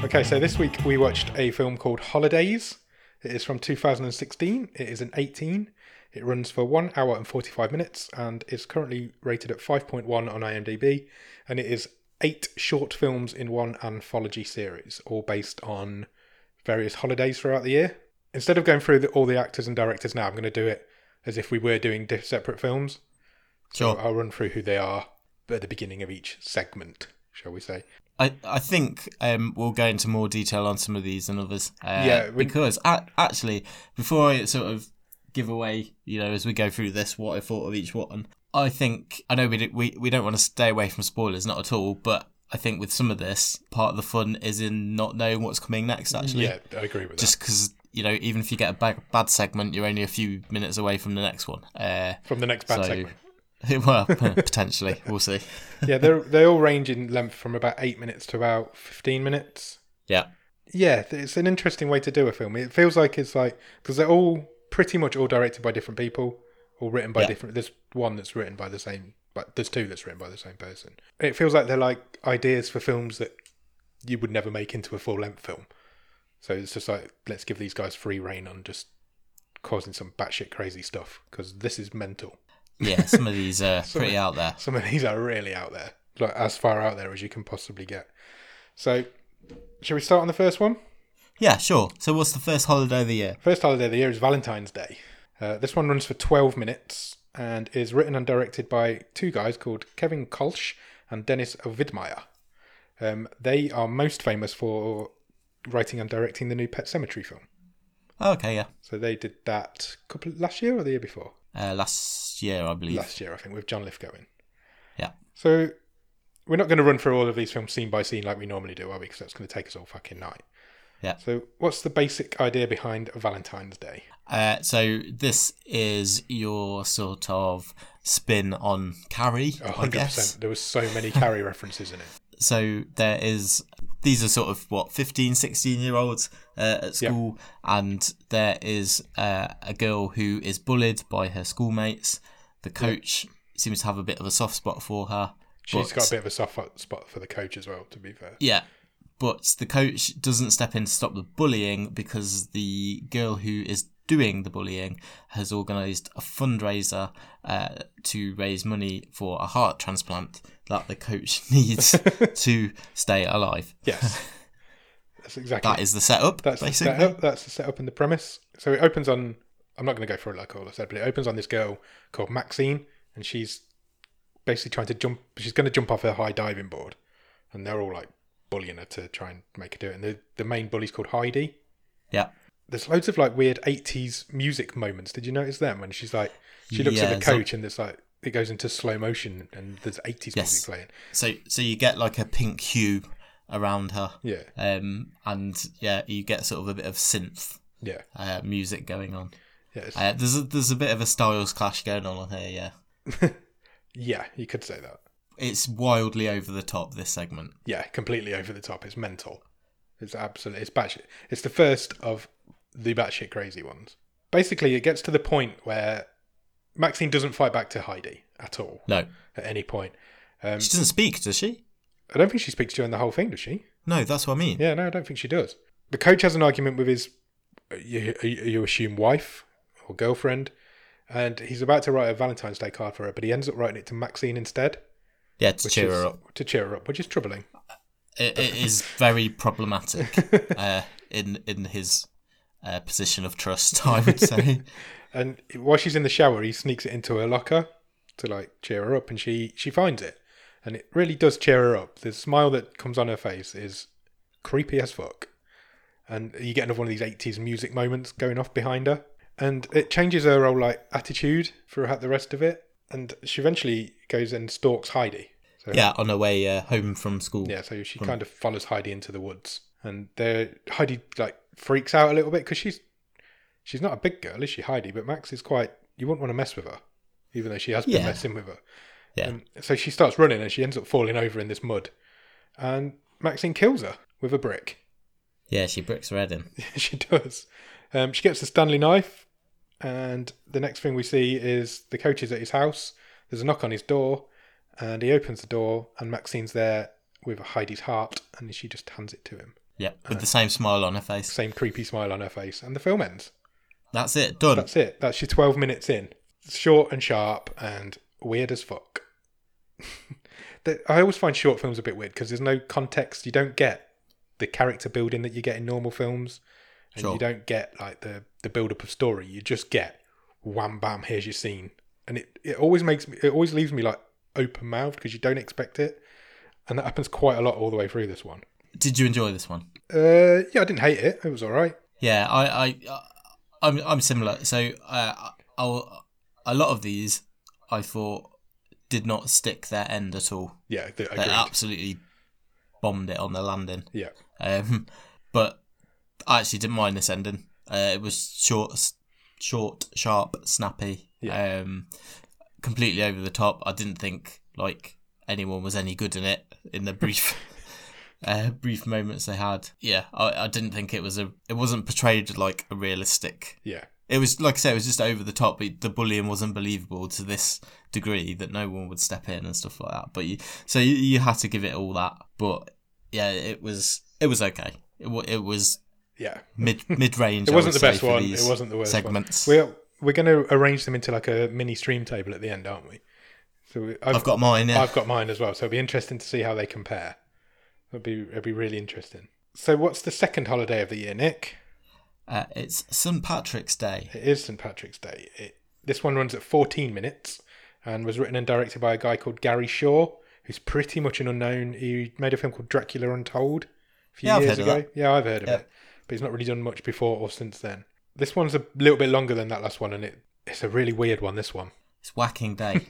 S1: Okay, so this week we watched a film called Holidays. It is from 2016. It is an 18. It runs for 1 hour and 45 minutes and is currently rated at 5.1 on IMDb. And it is eight short films in one anthology series, all based on various holidays throughout the year. Instead of going through the, all the actors and directors now, I'm going to do it as if we were doing diff- separate films. So
S2: Sure.
S1: I'll run through who they are at the beginning of each segment, shall we say.
S2: I, I think um, we'll go into more detail on some of these and others. Uh,
S1: Yeah, we-
S2: because a- actually, before I sort of give away, you know, as we go through this, what I thought of each one, I think I know we do, we we don't want to stay away from spoilers, not at all. But I think with some of this, part of the fun is in not knowing what's coming next. Actually,
S1: Yeah, I agree with
S2: just because you know, even if you get a bad, bad segment, you're only a few minutes away from the next one. Uh,
S1: that. From the next bad
S2: so-
S1: segment.
S2: well, potentially, we'll see.
S1: yeah, they they all range in length from about eight minutes to about fifteen minutes.
S2: Yeah.
S1: Yeah, th- it's an interesting way to do a film. It feels like it's like because they're all pretty much all directed by different people, all written by
S2: Yeah.
S1: different. There's one that's written by the same, but there's two that's written by the same person. It feels like they're like ideas for films that you would never make into a full length film. So it's just like let's give these guys free reign on just causing some batshit crazy stuff because this is mental.
S2: Yeah, some of these are pretty out there.
S1: Some of these are really out there, like as far out there as you can possibly get. So, shall we start on the first one?
S2: Yeah, sure. So, what's the first holiday of the year?
S1: First holiday of the year is Valentine's Day. Uh, this one runs for 12 minutes and is written and directed by two guys called Kevin Kolsch and Dennis Vidmeyer. Um, they are most famous for writing and directing the new Pet Cemetery film.
S2: Oh, okay, yeah.
S1: So they did that couple last year or the year before?
S2: Uh, last year, I believe.
S1: Last year, I think, with John Lithgow in.
S2: Yeah.
S1: So we're not going to run through all of these films scene by scene like we normally do, are we? Because that's going to take us all fucking night.
S2: Yeah.
S1: So what's the basic idea behind Valentine's Day?
S2: Uh, so this is your sort of spin on Carrie,
S1: A
S2: I
S1: hundred
S2: guess.
S1: percent. There was so many carry references in it.
S2: So there is these are sort of what 15, 16 year olds uh, at school, and there is uh, a girl who is bullied by her schoolmates. The coach seems to have a bit of a soft spot for her.
S1: She's
S2: but-
S1: got a bit of a soft spot for the coach as well. To be fair,
S2: Yeah. but the coach doesn't step in to stop the bullying because the girl who is doing the bullying has organised a fundraiser uh, to raise money for a heart transplant that the coach needs to stay alive.
S1: Yes. That's exactly.
S2: That is the setup,
S1: That's the
S2: basically.
S1: setup. That's the setup and the premise. So it opens on. I'm not going to go through it like all I said, but it opens on this girl called Maxine, and she's basically trying to jump. She's going to jump off her high diving board, and they're all like bullying her to try and make her do it. And the the main bully's called Heidi.
S2: Yeah.
S1: There's loads of like weird 80s music moments. Did you notice them when she's like she looks
S2: Yeah,
S1: at the
S2: it's like-
S1: coach and it's like it goes into slow motion and there's 80s
S2: Yes.
S1: music playing.
S2: So so you get like a pink hue around her.
S1: Yeah,
S2: Um, and yeah, you get sort of a bit of synth
S1: yeah,
S2: uh, music going on.
S1: yeah, it's-
S2: Uh, there's a, there's a bit of a styles clash going on here. Yeah,
S1: yeah. You could say that.
S2: it's wildly over the top. This segment.
S1: yeah, completely over the top. It's mental. It's absolute. It's batshit. It's the first of the batshit crazy ones. Basically, it gets to the point where Maxine doesn't fight back to Heidi at all
S2: No,
S1: at any point. Um,
S2: she doesn't speak, does she?
S1: I don't think she speaks during the whole thing, does she?
S2: No, that's what I mean.
S1: Yeah, no, I don't think she does. The coach has an argument with his, uh, you, you assume, wife or girlfriend, and he's about to write a Valentine's Day card for her, but he ends up writing it to Maxine instead.
S2: Yeah, to
S1: which
S2: cheer
S1: is-
S2: her up.
S1: To cheer her up, which is troubling.
S2: It, it is very problematic uh, in in his uh, position of trust. I would say.
S1: And while she's in the shower, he sneaks it into her locker to like cheer her up, and she she finds it, and it really does cheer her up. The smile that comes on her face is creepy as fuck, and you get another one of these '80s music moments going off behind her, and it changes her whole like attitude throughout the rest of it, and she eventually goes and stalks Heidi. So,
S2: yeah, on her way uh, home from school.
S1: yeah, so she kind of follows Heidi into the woods, and there Heidi like freaks out a little bit because she's she's not a big girl, is she, Heidi? But Max is quite. You wouldn't want to mess with her, even though she has been
S2: Yeah.
S1: messing with her.
S2: Yeah.
S1: And so she starts running, and she ends up falling over in this mud, and Maxine kills her with a brick.
S2: Yeah, she bricks her head in.
S1: she does. Um, she gets the Stanley knife, and the next thing we see is the coach is at his house. There's a knock on his door, and he opens the door, and Maxine's there with Heidi's heart, and she just hands it to him.
S2: Yeah, with the same smile on her face.
S1: Same creepy smile on her face, and the film ends.
S2: That's it. Done.
S1: That's it. That's your 12 minutes in. Short and sharp, and weird as fuck. The- I always find short films a bit weird because there's no context. You don't get the character building that you get in normal films. and
S2: sure.
S1: you don't get like the the build up of story. You just get wham bam. Here's your scene, and it it always makes me it always leaves me like open mouthed because you don't expect it, and that happens quite a lot all the way through this one.
S2: Did you enjoy this one?
S1: Uh, yeah, I didn't hate it. It was all right.
S2: Yeah, I, I, I I'm, I'm similar. So, uh, I'll, a lot of these, I thought, did not stick their end at all.
S1: Yeah, th-
S2: They
S1: agreed.
S2: absolutely bombed it on the landing.
S1: Yeah,
S2: Um, but I actually didn't mind this ending. Uh, it was short, s- short, sharp, snappy.
S1: Yeah.
S2: Um, completely over the top. I didn't think like anyone was any good in it in the brief. Uh, brief moments they had, yeah. I, I didn't think it was a. It wasn't portrayed like a realistic.
S1: yeah,
S2: It was like I said, it was just over the top. It, the bullying wasn't believable to this degree that no one would step in and stuff like that. But you, so you, you had to give it all that. But yeah, it was it was okay. It, wa- it was
S1: yeah.
S2: mid mid range.
S1: It wasn't the best one. It wasn't the worst
S2: segments.
S1: one. We're we're going to arrange them into like a mini stream table at the end, aren't we? So we, I've,
S2: I've got mine. Yeah.
S1: I've got mine as well. So it'll be interesting to see how they compare. It'll be it'll be really interesting. So what's the second holiday of the year, Nick?
S2: Uh, it's St Patrick's Day.
S1: It is St. Patrick's Day. It, this one runs at 14 minutes and was written and directed by a guy called Gary Shaw, who's pretty much an unknown. He made a film called Dracula Untold a few
S2: Yeah, I've
S1: years
S2: heard of
S1: ago. Yeah, I've heard of
S2: Yeah.
S1: it. But he's not really done much before or since then. This one's a little bit longer than that last one, and it, it's a really weird one, this one.
S2: It's whacking day.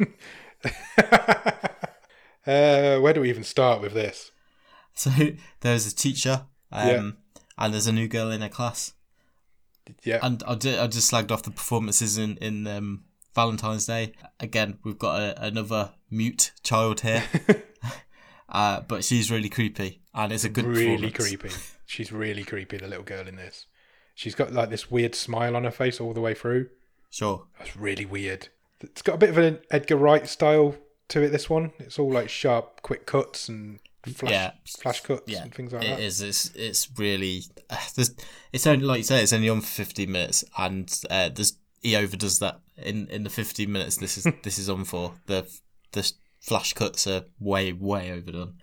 S1: uh, where do we even start with this?
S2: so there's a teacher, um, and there's a new girl in her class.
S1: Yeah.
S2: And I, ju- I just slagged off the performances in in um, Valentine's Day. Again, we've got a, another mute child here, uh, but she's really creepy, and it's a good
S1: really
S2: performance.
S1: creepy. She's really creepy, the little girl in this. She's got like this weird smile on her face all the way through.
S2: Sure,
S1: That's really weird. It's got a bit of an Edgar Wright style to it. This one, it's all like sharp, quick cuts and flash,
S2: Yeah.
S1: flash cuts
S2: Yeah,
S1: and things like
S2: It
S1: that.
S2: is. It's it's really. There's, it's only like you say. It's only on for fifteen minutes, and uh, there's he overdoes that in in the fifteen minutes. This is this is on for the the flash cuts are way way overdone.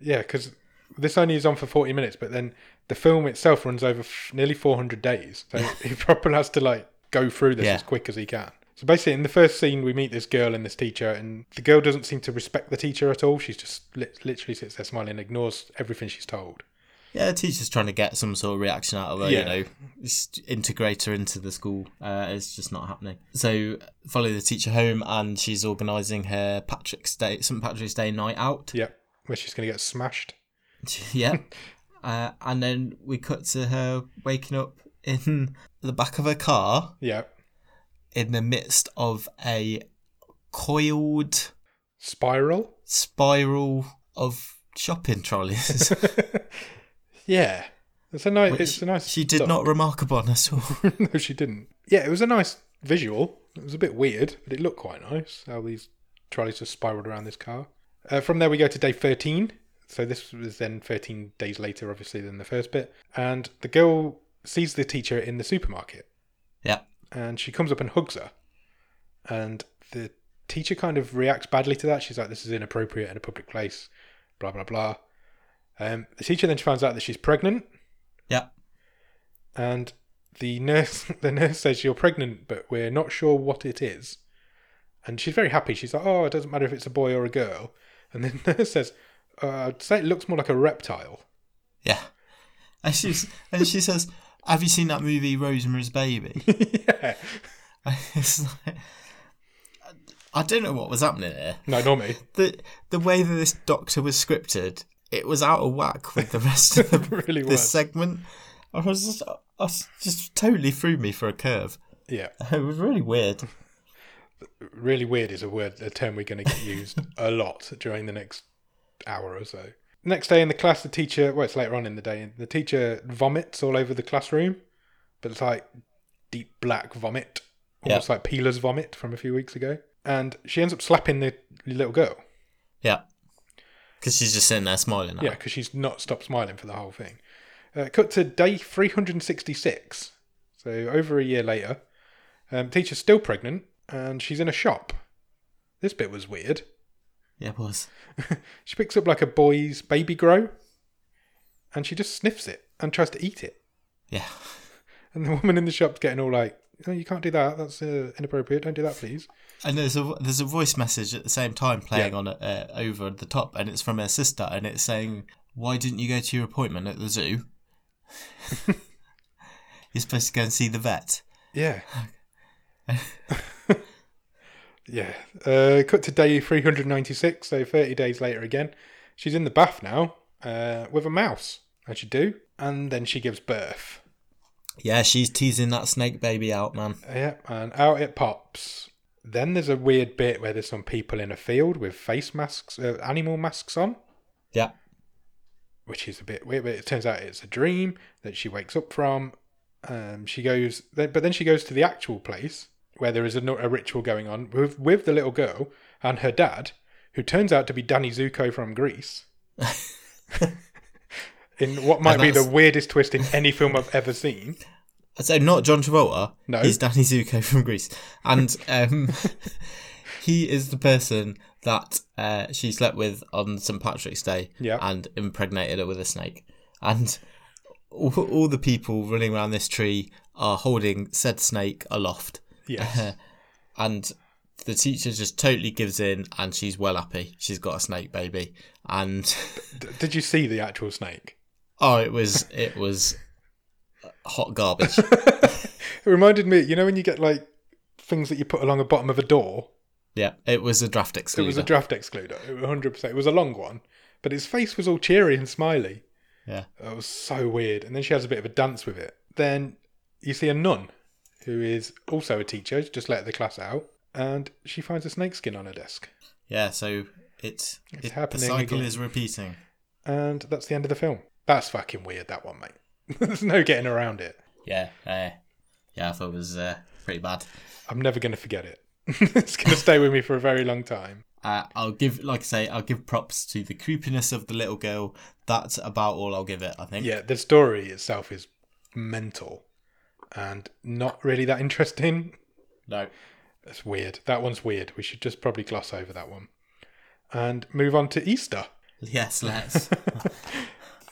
S1: Yeah, because this only is on for 40 minutes, but then the film itself runs over f- nearly 400 days. So he probably has to like go through this
S2: Yeah.
S1: as quick as he can. So basically, in the first scene, we meet this girl and this teacher, and the girl doesn't seem to respect the teacher at all. She's just li- literally sits there smiling, ignores everything she's told.
S2: Yeah, the teacher's trying to get some sort of reaction out of her,
S1: Yeah.
S2: you know, just integrate her into the school. Uh, it's just not happening. So follow the teacher home, and she's organising her Patrick's Day, St Patrick's Day night out.
S1: Yep, where she's going to get smashed.
S2: yeah. Uh, and then we cut to her waking up in the back of her car
S1: Yep,
S2: in the midst of a coiled
S1: spiral.
S2: spiral of shopping trolleys.
S1: Yeah, it's a nice.
S2: which
S1: it's a nice.
S2: She did
S1: look.
S2: not remark upon at all.
S1: no, she didn't. Yeah, it was a nice visual. It was a bit weird, but it looked quite nice. How these trolleys just spiraled around this car. Uh, from there, we go to day 13. So this was then 13 days later, obviously, than the first bit. And the girl sees the teacher in the supermarket,
S2: yeah.
S1: and she comes up and hugs her. And the teacher kind of reacts badly to that. She's like, "This is inappropriate in a public place," blah blah blah. Um, the teacher then finds out that she's pregnant,
S2: Yeah.
S1: and the nurse the nurse says you're pregnant but we're not sure what it is and she's very happy she's like oh it doesn't matter if it's a boy or a girl and the nurse says uh, i'd say it looks more like a reptile
S2: Yeah. And, she's, and she says, Have you seen that movie, Rosemary's Baby?
S1: yeah
S2: It's like- I don't know what was happening here.
S1: no not me
S2: the the way that this doctor was scripted, it was out of whack with the rest of the,
S1: It really
S2: this
S1: was
S2: segment. I was just, I was just totally threw me for a curve.
S1: yeah
S2: It was really weird.
S1: really weird is a word a term we're going to get used a lot during the next hour or so next day in the class the teacher well it's later on in the day the teacher vomits all over the classroom but it's like deep black vomit almost like peeler's vomit from a few weeks ago and she ends up slapping the little girl
S2: Yeah, because she's just sitting there smiling. At
S1: yeah
S2: her.
S1: because she's not stopped smiling for the whole thing uh, cut to day 366 so over a year later um, teacher's still pregnant and she's in a shop this bit was weird
S2: yeah, it was.
S1: She picks up like a boy's baby grow and she just sniffs it and tries to eat it.
S2: Yeah,
S1: And the woman in the shop's getting all like, no, you can't do that. That's uh, inappropriate. Don't do that, please.
S2: and there's a there's a voice message at the same time playing
S1: Yeah.
S2: on uh, over the top, and it's from her sister, and it's saying, "Why didn't you go to your appointment at the zoo? You're supposed to go and see the vet."
S1: Yeah. yeah. Uh, cut to day 396, so 30 days later again. She's in the bath now uh, with a mouse, as you do. And then she gives birth.
S2: Yeah, she's teasing that snake baby out, man.
S1: Yeah, and out it pops. Then there's a weird bit where there's some people in a field with face masks, uh, animal masks on.
S2: Yeah.
S1: which is a bit weird, but it turns out it's a dream that she wakes up from. Um, she goes, then, but then she goes to the actual place where there is a, no- a ritual going on with, with the little girl and her dad, who turns out to be Danny Zuko from Greece. in what might be the
S2: that's-
S1: weirdest twist in any film I've ever seen.
S2: So not John Travolta.
S1: No.
S2: he's Danny Zuko from Greece, and um, he is the person that uh, she slept with on St Patrick's Day,
S1: Yeah.
S2: and impregnated her with a snake. And all, all the people running around this tree are holding said snake aloft,
S1: Yes.
S2: and the teacher just totally gives in, and she's well happy. She's got a snake baby, and
S1: D- did you see the actual snake?
S2: oh, it was it was hot garbage.
S1: It reminded me, you know, when you get like things that you put along the bottom of a door
S2: Yeah, it was a draft excluder.
S1: It was a draft excluder, 100%. It was a long one, but his face was all cheery and smiley.
S2: Yeah.
S1: It was so weird. And then she has a bit of a dance with it. Then you see a nun who is also a teacher, she's just let the class out, and she finds a snakeskin on her desk.
S2: yeah, so it's, it,
S1: happening
S2: The cycle
S1: again.
S2: is repeating.
S1: And that's the end of the film. That's fucking weird, that one, mate. There's no getting around it.
S2: Yeah, uh, yeah, I thought it was uh, pretty bad.
S1: I'm never going to forget it. it's going to stay with me for a very long time.
S2: Uh, I'll give, like I say, I'll give props to the creepiness of the little girl. That's about all I'll give it. I think.
S1: Yeah, the story itself is mental and not really that interesting.
S2: No.
S1: That's weird. That one's weird. We should just probably gloss over that one and move on to Easter.
S2: Yes, let's.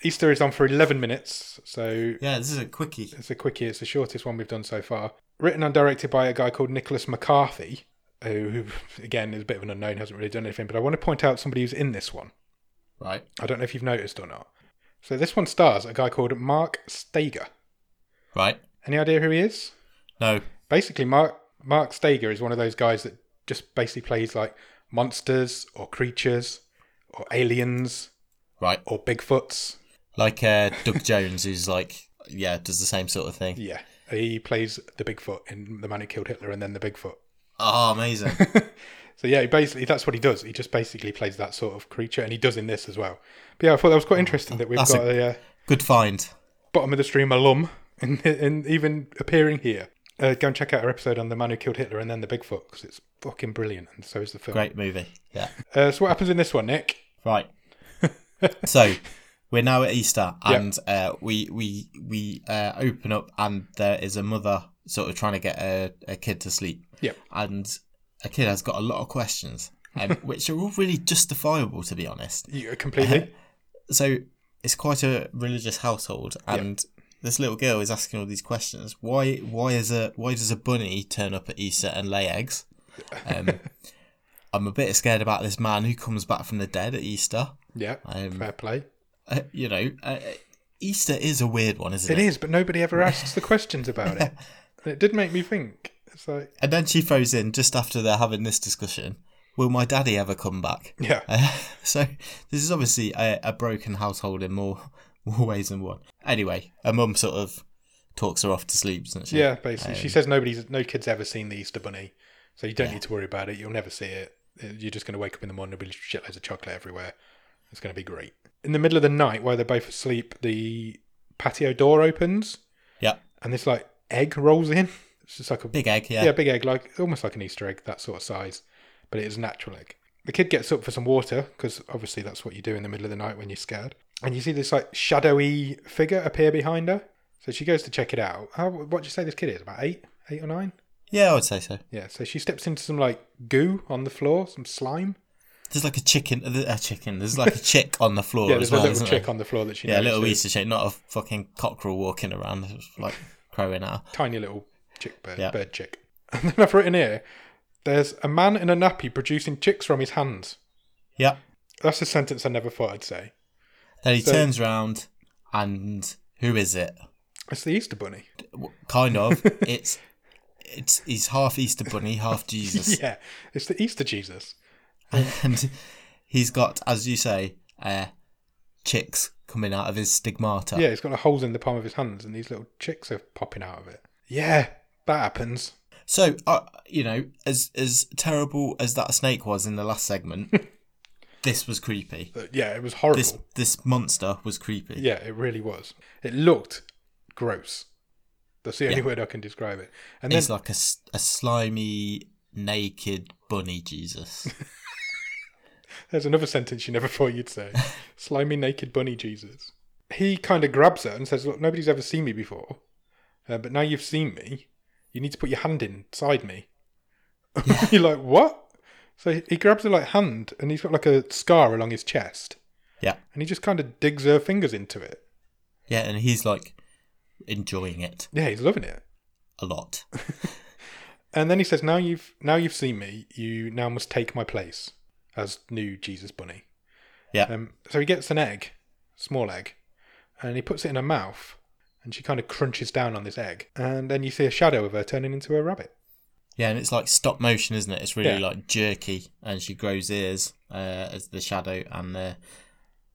S1: Easter is on for 11 minutes, so
S2: yeah, this is a quickie.
S1: it's a quickie. It's the shortest one we've done so far. Written and directed by a guy called Nicholas McCarthy, who, again, is a bit of an unknown, hasn't really done anything, but I want to point out somebody who's in this one.
S2: Right.
S1: I don't know if you've noticed or not. So this one stars a guy called Mark Stager.
S2: Right.
S1: Any idea who he is?
S2: No.
S1: basically Mark Mark Stager is one of those guys that just basically plays like monsters or creatures or aliens
S2: Right.
S1: or Bigfoots.
S2: Like uh, Doug Jones, who's like, yeah, does the same sort of thing.
S1: Yeah, he plays the Bigfoot in The Man Who Killed Hitler and then the Bigfoot.
S2: Oh, amazing.
S1: So yeah, he basically that's what he does. He just basically plays that sort of creature, and he does in this as well. But yeah, I thought that was quite interesting that we've
S2: Oh, That's
S1: got a uh,
S2: Good find.
S1: bottom of the stream alum and, and even appearing here. Uh, go and check out our episode on the man who killed Hitler and then the Bigfoot because it's fucking brilliant, and so is the film.
S2: Great movie. Yeah.
S1: Uh, so what happens in this one, Nick?
S2: Right. so we're now at Easter, and uh, we we we uh, open up, and there is a mother sort of trying to get a, a kid to sleep.
S1: Yep.
S2: And a kid has got a lot of questions, um, which are all really justifiable, to be honest.
S1: You, uh, completely.
S2: So it's quite a religious household, and this little girl is asking all these questions. Why why is a why does a bunny turn up at Easter and lay eggs? Um, I'm a bit scared about this man who comes back from the dead at Easter.
S1: yeah,
S2: Um,
S1: fair play.
S2: uh, you know, uh, Easter is a weird one, isn't
S1: It
S2: it?
S1: is, but nobody ever asks the questions about it. And it did make me think. It's like,
S2: And then she throws in just after they're having this discussion, "Will my daddy ever come back?"
S1: yeah,
S2: Uh, so this is obviously a, a broken household in more more ways than one. Anyway, a mum sort of talks her off to sleep, doesn't she?
S1: yeah. Basically, she says nobody's, no kid's ever seen the Easter Bunny, so you don't need to worry about it. You'll never see it. You're just going to wake up in the morning. There'll be shitloads of chocolate everywhere. It's going to be great. In the middle of the night, while they're both asleep, the patio door opens,
S2: Yeah.
S1: and this like egg rolls in. It's just like a
S2: Big egg, yeah.
S1: yeah, big egg, like almost like an Easter egg, that sort of size, but it is a natural egg. The kid gets up for some water because obviously that's what you do in the middle of the night when you're scared. And you see this like shadowy figure appear behind her. So she goes to check it out. How, what do you say this kid is? About eight, eight or nine?
S2: Yeah, I would say so.
S1: Yeah. So she steps into some like goo on the floor, some slime.
S2: There's like a chicken, uh, a chicken. There's like a chick on the floor
S1: Yeah,
S2: as
S1: there's
S2: well,
S1: a little
S2: Oh, isn't
S1: chick
S2: there?
S1: on the floor that she
S2: Yeah, a
S1: notices.
S2: little Easter chick, not a fucking cockerel walking around, like crowing at her.
S1: tiny little chick bird,
S2: Yeah.
S1: bird chick. And then I've written here: there's a man in a nappy producing chicks from his hands.
S2: Yeah.
S1: That's a sentence I never thought I'd say.
S2: Then he
S1: So-
S2: turns round, and who is it?
S1: It's the Easter Bunny.
S2: W- Kind of. it's it's he's half Easter Bunny, half Jesus,
S1: Yeah, it's the Easter Jesus.
S2: and he's got, as you say, uh, chicks coming out of his stigmata.
S1: Yeah, he's got a hole in the palm of his hands, and these little chicks are popping out of it. Yeah, that happens.
S2: So, uh, you know, as as terrible as that snake was in the last segment, this was creepy.
S1: But yeah, it was horrible.
S2: This this monster was creepy.
S1: Yeah, it really was. It looked gross. That's the only word I can describe it. And then
S2: It's like a, s- a slimy, naked bunny Jesus.
S1: there's another sentence you never thought you'd say: "Slimy naked bunny Jesus." He kind of grabs her and says, "Look, nobody's ever seen me before, uh, but now you've seen me. You need to put your hand inside me." You're like, "What?" So he- he grabs her like hand, and he's got like a scar along his chest.
S2: yeah,
S1: and he just kind of digs her fingers into it.
S2: yeah, and he's like enjoying it
S1: Yeah, he's loving it.
S2: a lot.
S1: And then he says, "Now you've now you've seen me. You now must take my place as new Jesus Bunny."
S2: Yeah.
S1: Um, so he gets an egg, small egg, and he puts it in her mouth, and she kind of crunches down on this egg, and then you see a shadow of her turning into a rabbit.
S2: Yeah, and it's like stop motion, isn't it? It's really
S1: Yeah.
S2: like jerky, and she grows ears uh, as the shadow, and uh,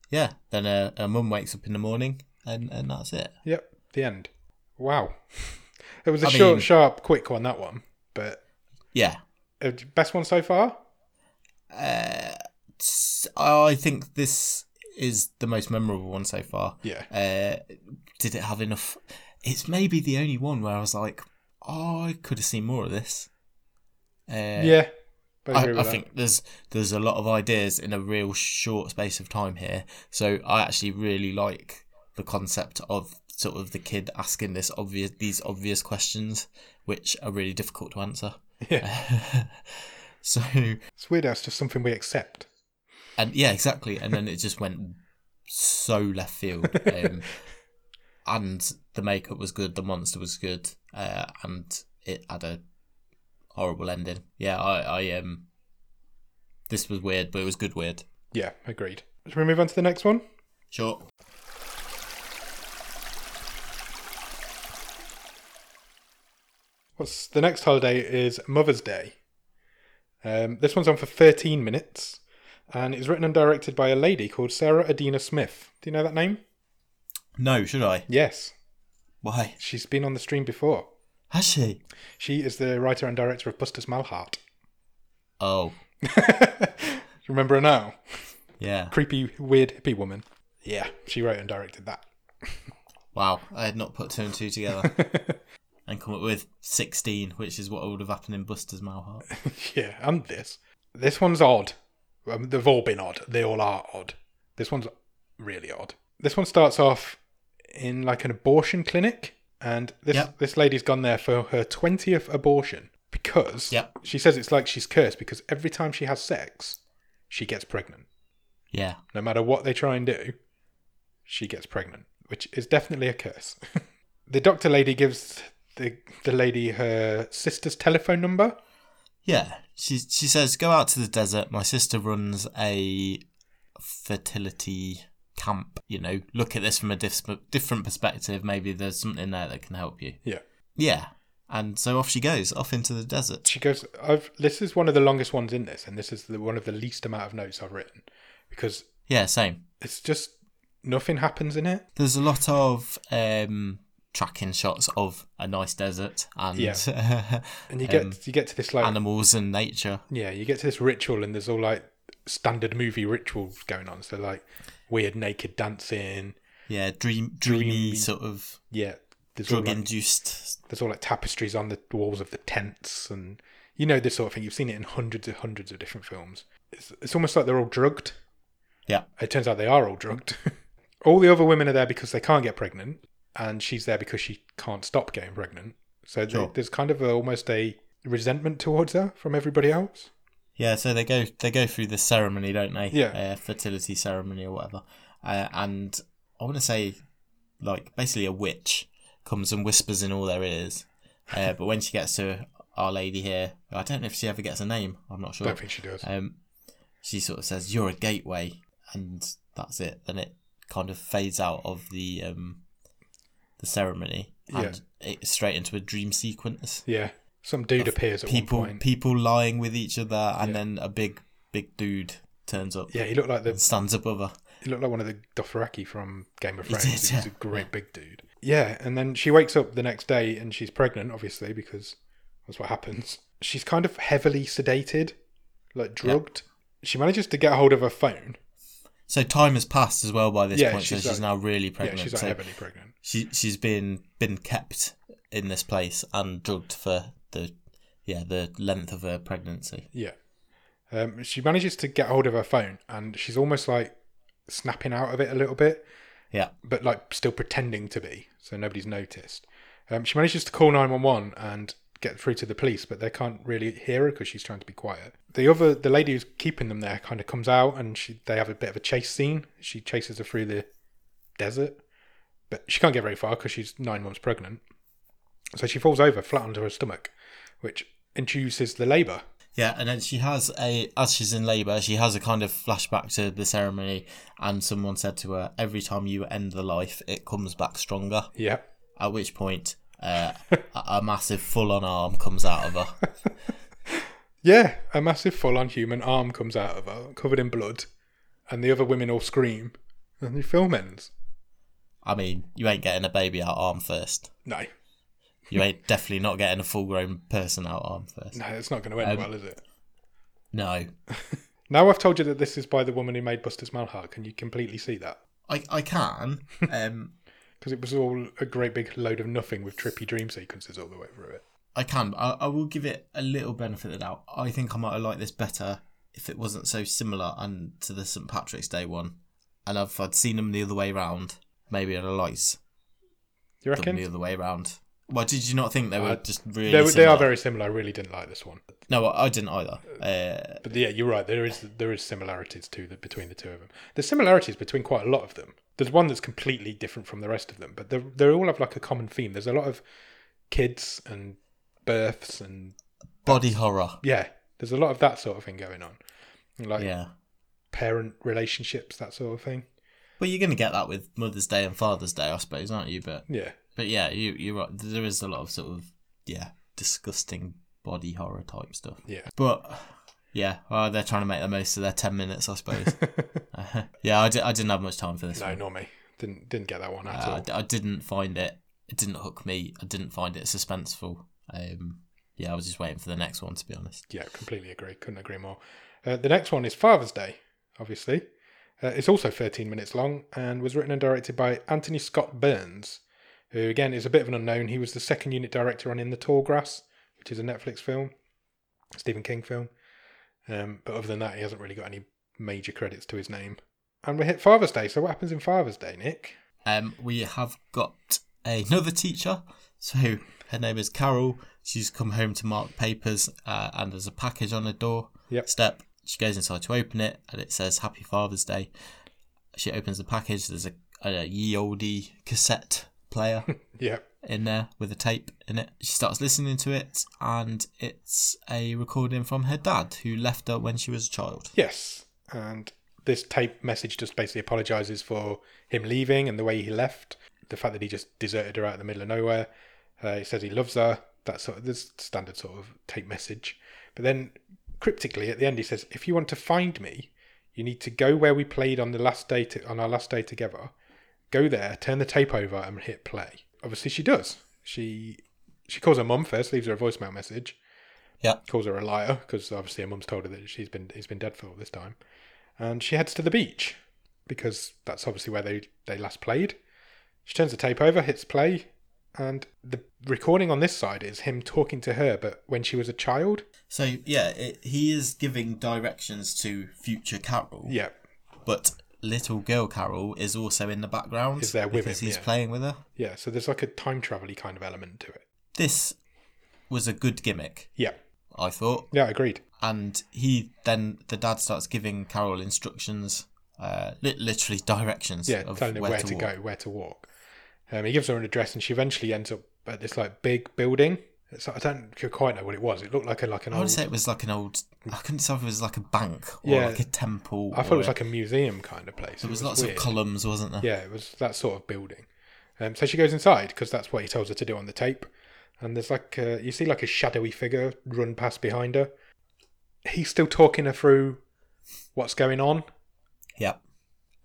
S2: yeah, then her, her mum wakes up in the morning, and, and that's it.
S1: Yep. The end. Wow. it was a
S2: I
S1: short,
S2: mean-
S1: sharp, quick one that one, but
S2: Yeah,
S1: uh, best one so far.
S2: uh, s- I think this is the most memorable one so far.
S1: Yeah.
S2: Uh, did it have enough? It's maybe the only one where I was like, oh, I could have seen more of this. Uh,
S1: Yeah. Both agree
S2: I,
S1: with
S2: I
S1: that.
S2: think there's there's a lot of ideas in a real short space of time here. So I actually really like the concept of sort of the kid asking this obvious these obvious questions, which are really difficult to answer. Yeah. so
S1: It's weird. how It's just something we accept.
S2: and yeah, exactly. And then it just went so left field. Um, and the makeup was good. The monster was good. Uh, and it had a horrible ending. Yeah, I, I um, this was weird, but it was good weird.
S1: Yeah, agreed. Shall we move on to the next one?
S2: Sure.
S1: What's the next holiday is Mother's Day. Um, this one's on for 13 minutes, and it's written and directed by a lady called Sarah Adina Smith. Do you know that name?
S2: No, should I?
S1: Yes,
S2: Why?
S1: she's been on the stream before.
S2: Has she?
S1: She is the writer and director of Buster's Malhart.
S2: Oh,
S1: Remember her now?
S2: yeah.
S1: Creepy, weird hippie woman. Yeah, she wrote and directed that.
S2: Wow, I had not put two and two together. And come up with 16, which is what would have happened in Buster's Malhart.
S1: Yeah, and this. This one's odd. Um, they've all been odd. They all are odd. This one's really odd. This one starts off in like an abortion clinic, and this
S2: Yep.
S1: this lady's gone there for her twentieth abortion because
S2: Yep.
S1: she says it's like she's cursed because every time she has sex, she gets pregnant.
S2: Yeah.
S1: No matter what they try and do, she gets pregnant, which is definitely a curse. the doctor lady gives the the lady her sister's telephone number.
S2: Yeah, she she says go out to the desert. My sister runs a fertility camp. You know, look at this from a dis- different perspective. Maybe there's something there that can help you.
S1: Yeah.
S2: Yeah, and so off she goes, off into the desert.
S1: she goes i've this is one of the longest ones in this and this is the one of the least amount of notes i've written because
S2: Yeah, same.
S1: it's just nothing happens in it
S2: There's a lot of um, tracking shots of a nice desert and
S1: and you get
S2: Um,
S1: you get to this like
S2: animals and nature.
S1: yeah you get to this ritual and there's all like standard movie rituals going on so like weird naked dancing
S2: Yeah, dream dreamy,
S1: Dreamy.
S2: sort of
S1: yeah there's all,
S2: drug
S1: like,
S2: induced.
S1: there's all like tapestries on the walls of the tents and you know this sort of thing you've seen it in hundreds and hundreds of different films it's, it's almost like they're all drugged
S2: Yeah,
S1: It turns out they are all drugged. all the other women are there because they can't get pregnant, and she's there because she can't stop getting pregnant. So th-
S2: Sure.
S1: there's kind of a, almost a resentment towards her from everybody else.
S2: Yeah, so they go they go through this ceremony, don't they?
S1: Yeah.
S2: uh, fertility ceremony or whatever. Uh, and I want to say, like, basically a witch comes and whispers in all their ears. Uh, but when she gets to Our Lady here, I don't know if she ever gets a name. I'm not sure.
S1: Don't think she does.
S2: Um, she sort of says, "You're a gateway," and that's it. Then it kind of fades out of the um, the ceremony and it straight into a dream sequence
S1: yeah, some dude appears at
S2: people
S1: one point.
S2: people lying with each other, and then a big big dude turns up
S1: yeah, he looked like
S2: and
S1: the
S2: stands above her.
S1: he looked like one of the Dothraki from Game of
S2: He did,
S1: Thrones. He was
S2: yeah.
S1: a great big dude. Yeah, and then she wakes up the next day and she's pregnant, obviously, because that's what happens. She's kind of heavily sedated, like drugged. She manages to get hold of her phone.
S2: So time has passed as well by this
S1: Yeah,
S2: point,
S1: she's
S2: so she's
S1: like-
S2: now really
S1: Yeah,
S2: pregnant.
S1: she's like
S2: so
S1: heavily pregnant.
S2: she she's been been kept in this place and drugged for the yeah the length of her pregnancy.
S1: Yeah. Um, she manages to get hold of her phone and she's almost like snapping out of it a little bit,
S2: Yeah,
S1: but like still pretending to be, so nobody's noticed. Um, she manages to call 911 and get through to the police, but they can't really hear her because she's trying to be quiet. The other, the lady who's keeping them there kind of comes out and she, they have a bit of a chase scene. She chases her through the desert, but she can't get very far because she's nine months pregnant. So she falls over flat onto her stomach, which induces the labour.
S2: yeah, and then she has a as she's in labour, she has a kind of flashback to the ceremony, and someone said to her, "Every time you end the life, it comes back stronger."
S1: Yeah.
S2: At which point, uh, a, a massive full-on arm comes out of her.
S1: Yeah, a massive full on human arm comes out of her, covered in blood, and the other women all scream, and the film ends.
S2: I mean, you ain't getting a baby out arm first.
S1: No,
S2: You ain't definitely not getting a full grown person out arm first.
S1: no, it's not going
S2: Um,
S1: to end well, is it?
S2: No.
S1: Now I've told you that this is by the woman who made Buster's Malhar, can you completely see that?
S2: I, I can. Um,
S1: Because it was all a great big load of nothing with trippy dream sequences all the way through it.
S2: I can. I, I will give it a little benefit of the doubt. I think I might have liked this better if it wasn't so similar and to the St Patrick's Day one. And if I'd seen them the other way round, maybe I'd have liked
S1: You
S2: them
S1: reckon?
S2: the other way round. Well, did you not think they were
S1: Uh,
S2: just really?
S1: They, they
S2: similar?
S1: are very similar. I really didn't like this one,
S2: No, I I didn't either. Uh,
S1: but yeah, you're right. There is there is similarities to the between the two of them. There's similarities between quite a lot of them. There's one that's completely different from the rest of them, but they they all have like a common theme. There's a lot of kids and births and
S2: body horror.
S1: yeah, there's a lot of that sort of thing going on, like
S2: Yeah.
S1: parent relationships, that sort of thing.
S2: Well, you're going to get that with Mother's Day and Father's Day, I suppose, aren't you? But
S1: Yeah,
S2: but yeah, you you're right. There is a lot of sort of yeah disgusting body horror type stuff.
S1: yeah.
S2: But yeah, well, they're trying to make the most of their ten minutes, I suppose. Uh, yeah, I, di- I didn't have much time for this.
S1: no,
S2: one.
S1: not me. Didn't didn't get that one at
S2: Uh, I
S1: all.
S2: d- I, didn't find it. It didn't hook me. I didn't find it suspenseful. Um, yeah, I was just waiting for the next one to be honest.
S1: Yeah, completely agree. Couldn't agree more. Uh, the next one is Father's Day, obviously. Uh, it's also 13 minutes long and was written and directed by Anthony Scott Burns, who, again, is a bit of an unknown. He was the second unit director on In the Tall Grass, which is a Netflix film, Stephen King film. Um, but other than that, he hasn't really got any major credits to his name. And we hit Father's Day. So, what happens in Father's Day, Nick?
S2: Um, we have got another teacher. So her name is Carol. She's come home to mark papers, uh, and there's a package on her door
S1: Yep.
S2: step. She goes inside to open it, and it says "Happy Father's Day." She opens the package. There's a, a ye olde cassette player
S1: Yeah,
S2: in there with a tape in it. She starts listening to it, and it's a recording from her dad, who left her when she was a child.
S1: Yes. And this tape message just basically apologizes for him leaving and the way he left, the fact that he just deserted her out in the middle of nowhere. Uh, he says he loves her, that sort of this standard sort of tape message. But then cryptically at the end he says, "If you want to find me, you need to go where we played on the last day to, on our last day together. Go there, turn the tape over, and hit play." Obviously, she does. She she calls her mum first, leaves her a voicemail message calls her a liar because obviously her mum's told her that she's been he's been dead for all this time, and she heads to the beach because that's obviously where they they last played. She turns the tape over, hits play, and the recording on this side is him talking to her, but when she was a child.
S2: So yeah, it, he is giving directions to future Carol.
S1: Yeah,
S2: but little girl Carol is also in the background.
S1: Is there with
S2: because
S1: him,
S2: he's
S1: yeah.
S2: playing with her.
S1: yeah. So there's like a time travel kind of element to it.
S2: This was a good gimmick,
S1: Yeah,
S2: I thought.
S1: yeah, agreed.
S2: And he then the dad starts giving Carol instructions, uh, li- literally directions.
S1: Yeah,
S2: of
S1: telling her where, to,
S2: walk.
S1: go, where to walk. Um, he gives her an address, and she eventually ends up at this like big building. It's, I don't quite know what it was. It looked like a like an
S2: I would
S1: old.
S2: say it was like an old. I couldn't tell if it was like a bank or
S1: Yeah.
S2: like a temple.
S1: I thought it was
S2: or-
S1: like a museum kind of place.
S2: there was, lots
S1: weird.
S2: of columns, wasn't there?
S1: Yeah, it was that sort of building. Um, so she goes inside because that's what he tells her to do on the tape. And there's like uh you see like a shadowy figure run past behind her. He's still talking her through what's going on
S2: yeah.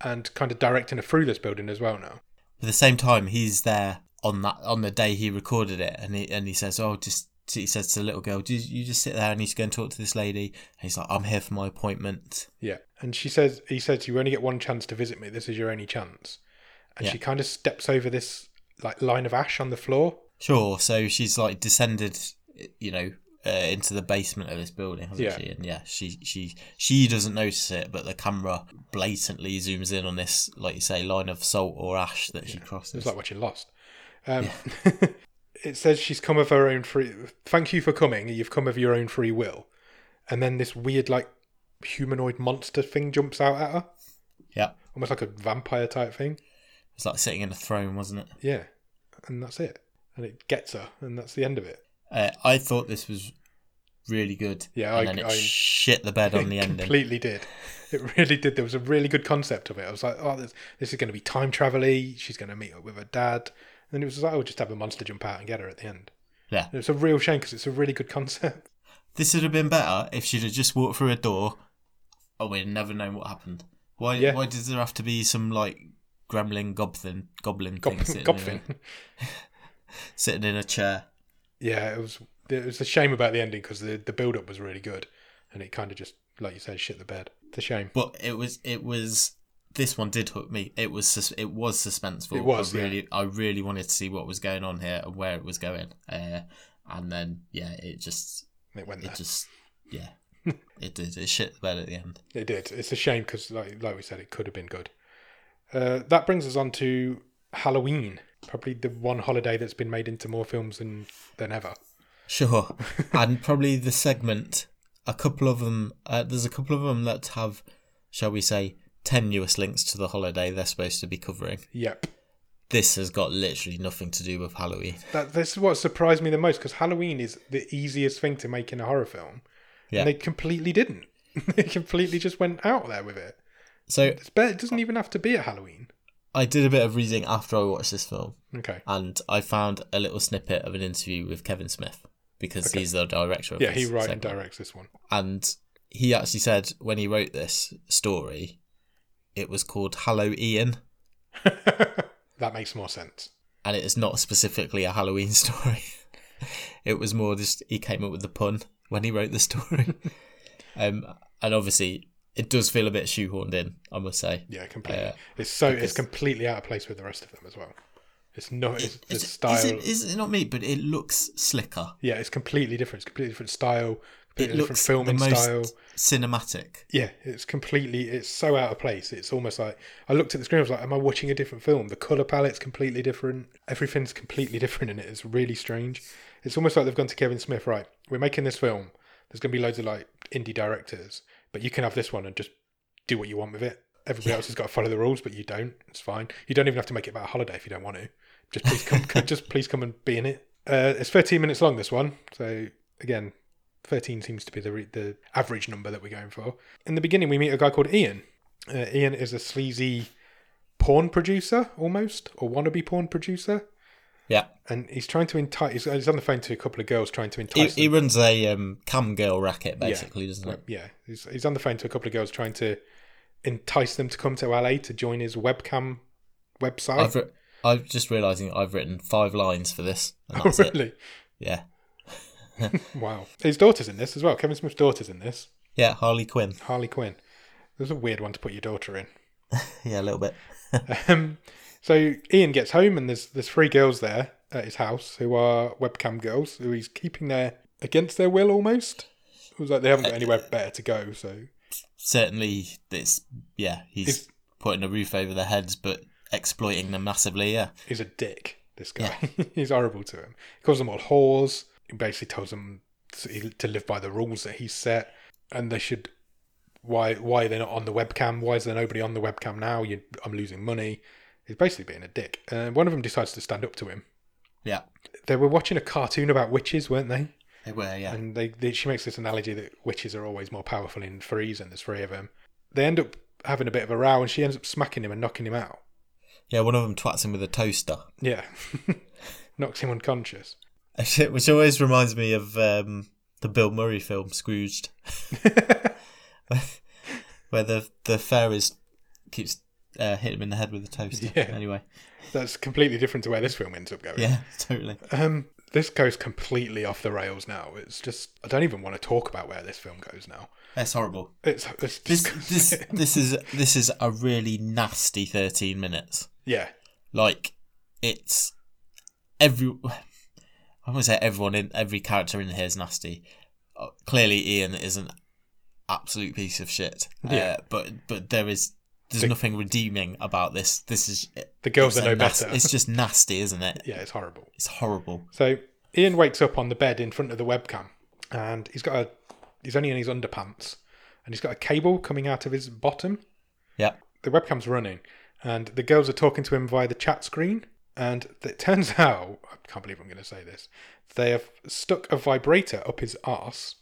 S1: and kind of directing her through this building as well now.
S2: At the same time, he's there on that on the day he recorded it, and he and he says, "Oh, just." He says to the little girl, "Do you you just sit there and you just go and talk to this lady?" And he's like, "I'm here for my appointment."
S1: Yeah, and she says he says you only get one chance to visit me. This is your only chance. And
S2: Yeah.
S1: she kind of steps over this like line of ash on the floor.
S2: Sure. So she's like descended, you know, uh, into the basement of this building, hasn't
S1: Yeah.
S2: she? And yeah, she she she doesn't notice it, but the camera blatantly zooms in on this, like you say, line of salt or ash that she crosses.
S1: It's like watching Lost. Um, it says she's come of her own free. Thank you for coming. You've come of your own free will. And then this weird, like, humanoid monster thing jumps out at her,
S2: yeah,
S1: almost like a vampire type thing.
S2: it's like sitting in a throne, wasn't it?
S1: Yeah, and that's it. And it gets her, and that's the end of it.
S2: Uh, I thought this was really good.
S1: Yeah,
S2: and
S1: I-
S2: then it
S1: I-
S2: shit the bed on the
S1: it
S2: ending.
S1: completely did. It really did. There was a really good concept of it. I was like, oh, this, this is going to be time travel She's going to meet up with her dad. And then it was like, oh, just have a monster jump out and get her at the end.
S2: Yeah.
S1: And it's a real shame because it's a really good concept.
S2: This would have been better if she'd have just walked through a door and we'd never known what happened. Why
S1: Yeah.
S2: why does there have to be some like gremlin goblin goblin
S1: Gob-
S2: thing sitting,
S1: Gobfin.
S2: In a, sitting in a chair?
S1: yeah, it was it was a shame about the ending because the the build up was really good, and it kind of just like you said shit the bed. It's a shame.
S2: But it was it was this one did hook me. It was sus- it was suspenseful.
S1: It was,
S2: I
S1: yeah.
S2: really I really wanted to see what was going on here and where it was going. Uh, and then yeah, it just
S1: It went there.
S2: it just yeah, it did it shit the bed at the end.
S1: It did. It's a shame because, like, like we said, it could have been good. Uh, that brings us on to Halloween, probably the one holiday that's been made into more films than than ever.
S2: Sure, and probably the segment. A couple of them. Uh, there's a couple of them that have, shall we say, tenuous links to the holiday they're supposed to be covering.
S1: Yep.
S2: This has got literally nothing to do with Halloween.
S1: That this is what surprised me the most because Halloween is the easiest thing to make in a horror film,
S2: Yeah.
S1: and they completely didn't. they completely just went out there with it.
S2: So
S1: It's better, it
S2: Oh.
S1: doesn't even have to be at Halloween.
S2: I did a bit of reading after I watched this film,
S1: Okay.
S2: and I found a little snippet of an interview with Kevin Smith because he's the director. Of
S1: Yeah,
S2: this
S1: he writes and
S2: segment.
S1: directs this one.
S2: and he actually said when he wrote this story, it was called Hallow Ian,
S1: that makes more sense.
S2: and it is not specifically a Halloween story. it was more just he came up with the pun when he wrote the story, um, and obviously it does feel a bit shoehorned in. I must say,
S1: Yeah, completely.
S2: Yeah,
S1: it's so it's
S2: because-
S1: completely out of place with the rest of them as well. It's not it's, the
S2: Is-
S1: style.
S2: Is it, is it not me? But it looks slicker.
S1: yeah, it's completely different. It's completely different style.
S2: It
S1: Completely different
S2: looks
S1: filming
S2: the most
S1: style.
S2: cinematic.
S1: Yeah, it's completely. It's so out of place. It's almost like I looked at the screen. I was like, "Am I watching a different film?" The color palette's completely different. Everything's completely different in it. It's really strange. It's almost like they've gone to Kevin Smith. Right, we're making this film. There's going to be loads of like indie directors, but you can have this one and just do what you want with it. Everybody else has got to follow the rules, but you don't. It's fine. You don't even have to make it about a holiday if you don't want to. Just please come. come- just please come and be in it. Uh, it's 13 minutes long. This one. So again, 13 seems to be the, re- the average number that we're going for. In the beginning, we meet a guy called Ian. Uh, Ian is a sleazy porn producer, almost, or wannabe porn producer.
S2: Yeah,
S1: And he's trying to entice, he's, he's on the phone to a couple of girls trying to
S2: he,
S1: entice
S2: he
S1: them.
S2: runs a um, cam girl racket basically, doesn't it?
S1: Like, yeah, he's, he's on the phone to a couple of girls trying to entice them to come to LA to join his webcam website.
S2: I've writ- I'm just realizing I've written five lines for this. And
S1: Oh,
S2: that's it.
S1: really?
S2: Yeah,
S1: Wow. His daughter's in this as well. Kevin Smith's daughter's in this.
S2: yeah. Harley Quinn.
S1: Harley Quinn. There's a weird one to put your daughter in.
S2: Yeah, a little bit.
S1: Um, so Ian gets home and there's there's three girls there at his house who are webcam girls who he's keeping there against their will almost. It was like they haven't got anywhere better to go, so
S2: Certainly, it's yeah. He's
S1: He's-
S2: putting a roof over their heads, but exploiting them massively. Yeah,
S1: he's a dick. This guy, he's horrible to him. He calls them all whores. He basically tells them to to live by the rules that he's set, and they should. Why why they're not on the webcam? Why is there nobody on the webcam now? You, I'm losing money. He's basically being a dick. And one of them decides to stand up to him.
S2: yeah.
S1: They were watching a cartoon about witches, weren't they?
S2: They were. Yeah,
S1: And they, they, she makes this analogy that witches are always more powerful in threes, and there's three of them. They end up having a bit of a row, and she ends up smacking him and knocking him out.
S2: yeah. One of them twats him with a toaster,
S1: Yeah, knocks him unconscious.
S2: which always reminds me of um, the Bill Murray film Scrooged, where the the fairies keeps uh, hitting him in the head with a toaster.
S1: Yeah.
S2: Anyway,
S1: That's completely different to where this film ends up going.
S2: yeah, totally.
S1: Um, this goes completely off the rails now. It's just I don't even want to talk about where this film goes now.
S2: That's horrible.
S1: It's, it's
S2: this
S1: just,
S2: this this is this is a really nasty 13 minutes
S1: yeah,
S2: like it's every i won't say everyone in every character in here is nasty Uh, clearly ian is an absolute piece of shit
S1: Yeah.
S2: uh, but but there is there's nothing redeeming about this this is
S1: the girls
S2: it's,
S1: are no
S2: a nas-
S1: better.
S2: it's just nasty isn't it
S1: yeah, it's horrible.
S2: it's horrible
S1: So Ian wakes up on the bed in front of the webcam, and he's got a he's only in his underpants, and he's got a cable coming out of his bottom.
S2: yeah
S1: The webcam's running, and the girls are talking to him via the chat screen. And it turns out, I can't believe I'm going to say this, they have stuck a vibrator up his arse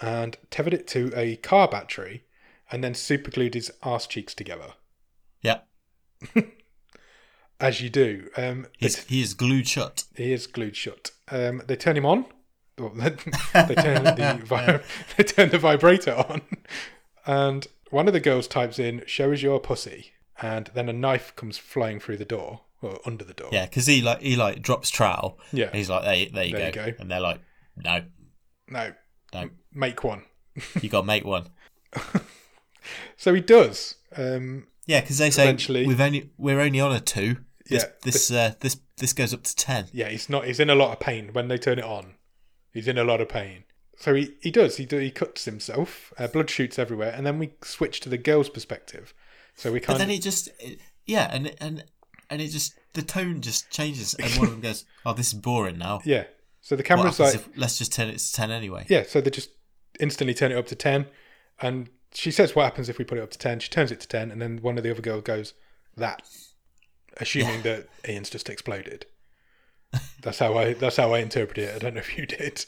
S1: and tethered it to a car battery, and then superglued his arse cheeks together,
S2: yeah
S1: as you do. Um, they
S2: he's he is glued shut
S1: He is glued shut. Um, they turn him on. Well, they, they turn the vi- they turn the vibrator on, and one of the girls types in "show us your pussy," and then a knife comes flying through the door or under the door.
S2: yeah because he like he like drops trowel
S1: Yeah.
S2: and he's like there, you- there, you,
S1: There
S2: go.
S1: you go.
S2: and they're like no
S1: No,
S2: no
S1: make one.
S2: you gotta make one
S1: So he does. Um,
S2: Yeah, because they say
S1: Eventually.
S2: we've only we're only on a two. This,
S1: Yeah,
S2: this uh, this this goes up to ten.
S1: yeah, he's not. He's in a lot of pain when they turn it on. He's in a lot of pain. So he, he does. He do, he cuts himself. Uh, blood shoots everywhere, and then we switch to the girl's perspective. So we
S2: But
S1: kind
S2: then
S1: of
S2: it just, it- yeah, and and and it just the tone just changes, and one of them goes, "Oh, this is boring now."
S1: yeah. So the
S2: What
S1: camera's
S2: happens
S1: like
S2: if, let's just turn it to ten anyway.
S1: yeah. So they just instantly turn it up to ten, and she says, "What happens if we put it up to 10? She turns it to ten, and then one of the other girls goes, "That," assuming that Ian's just exploded. That's how I. That's how I interpret it. I don't know if you did.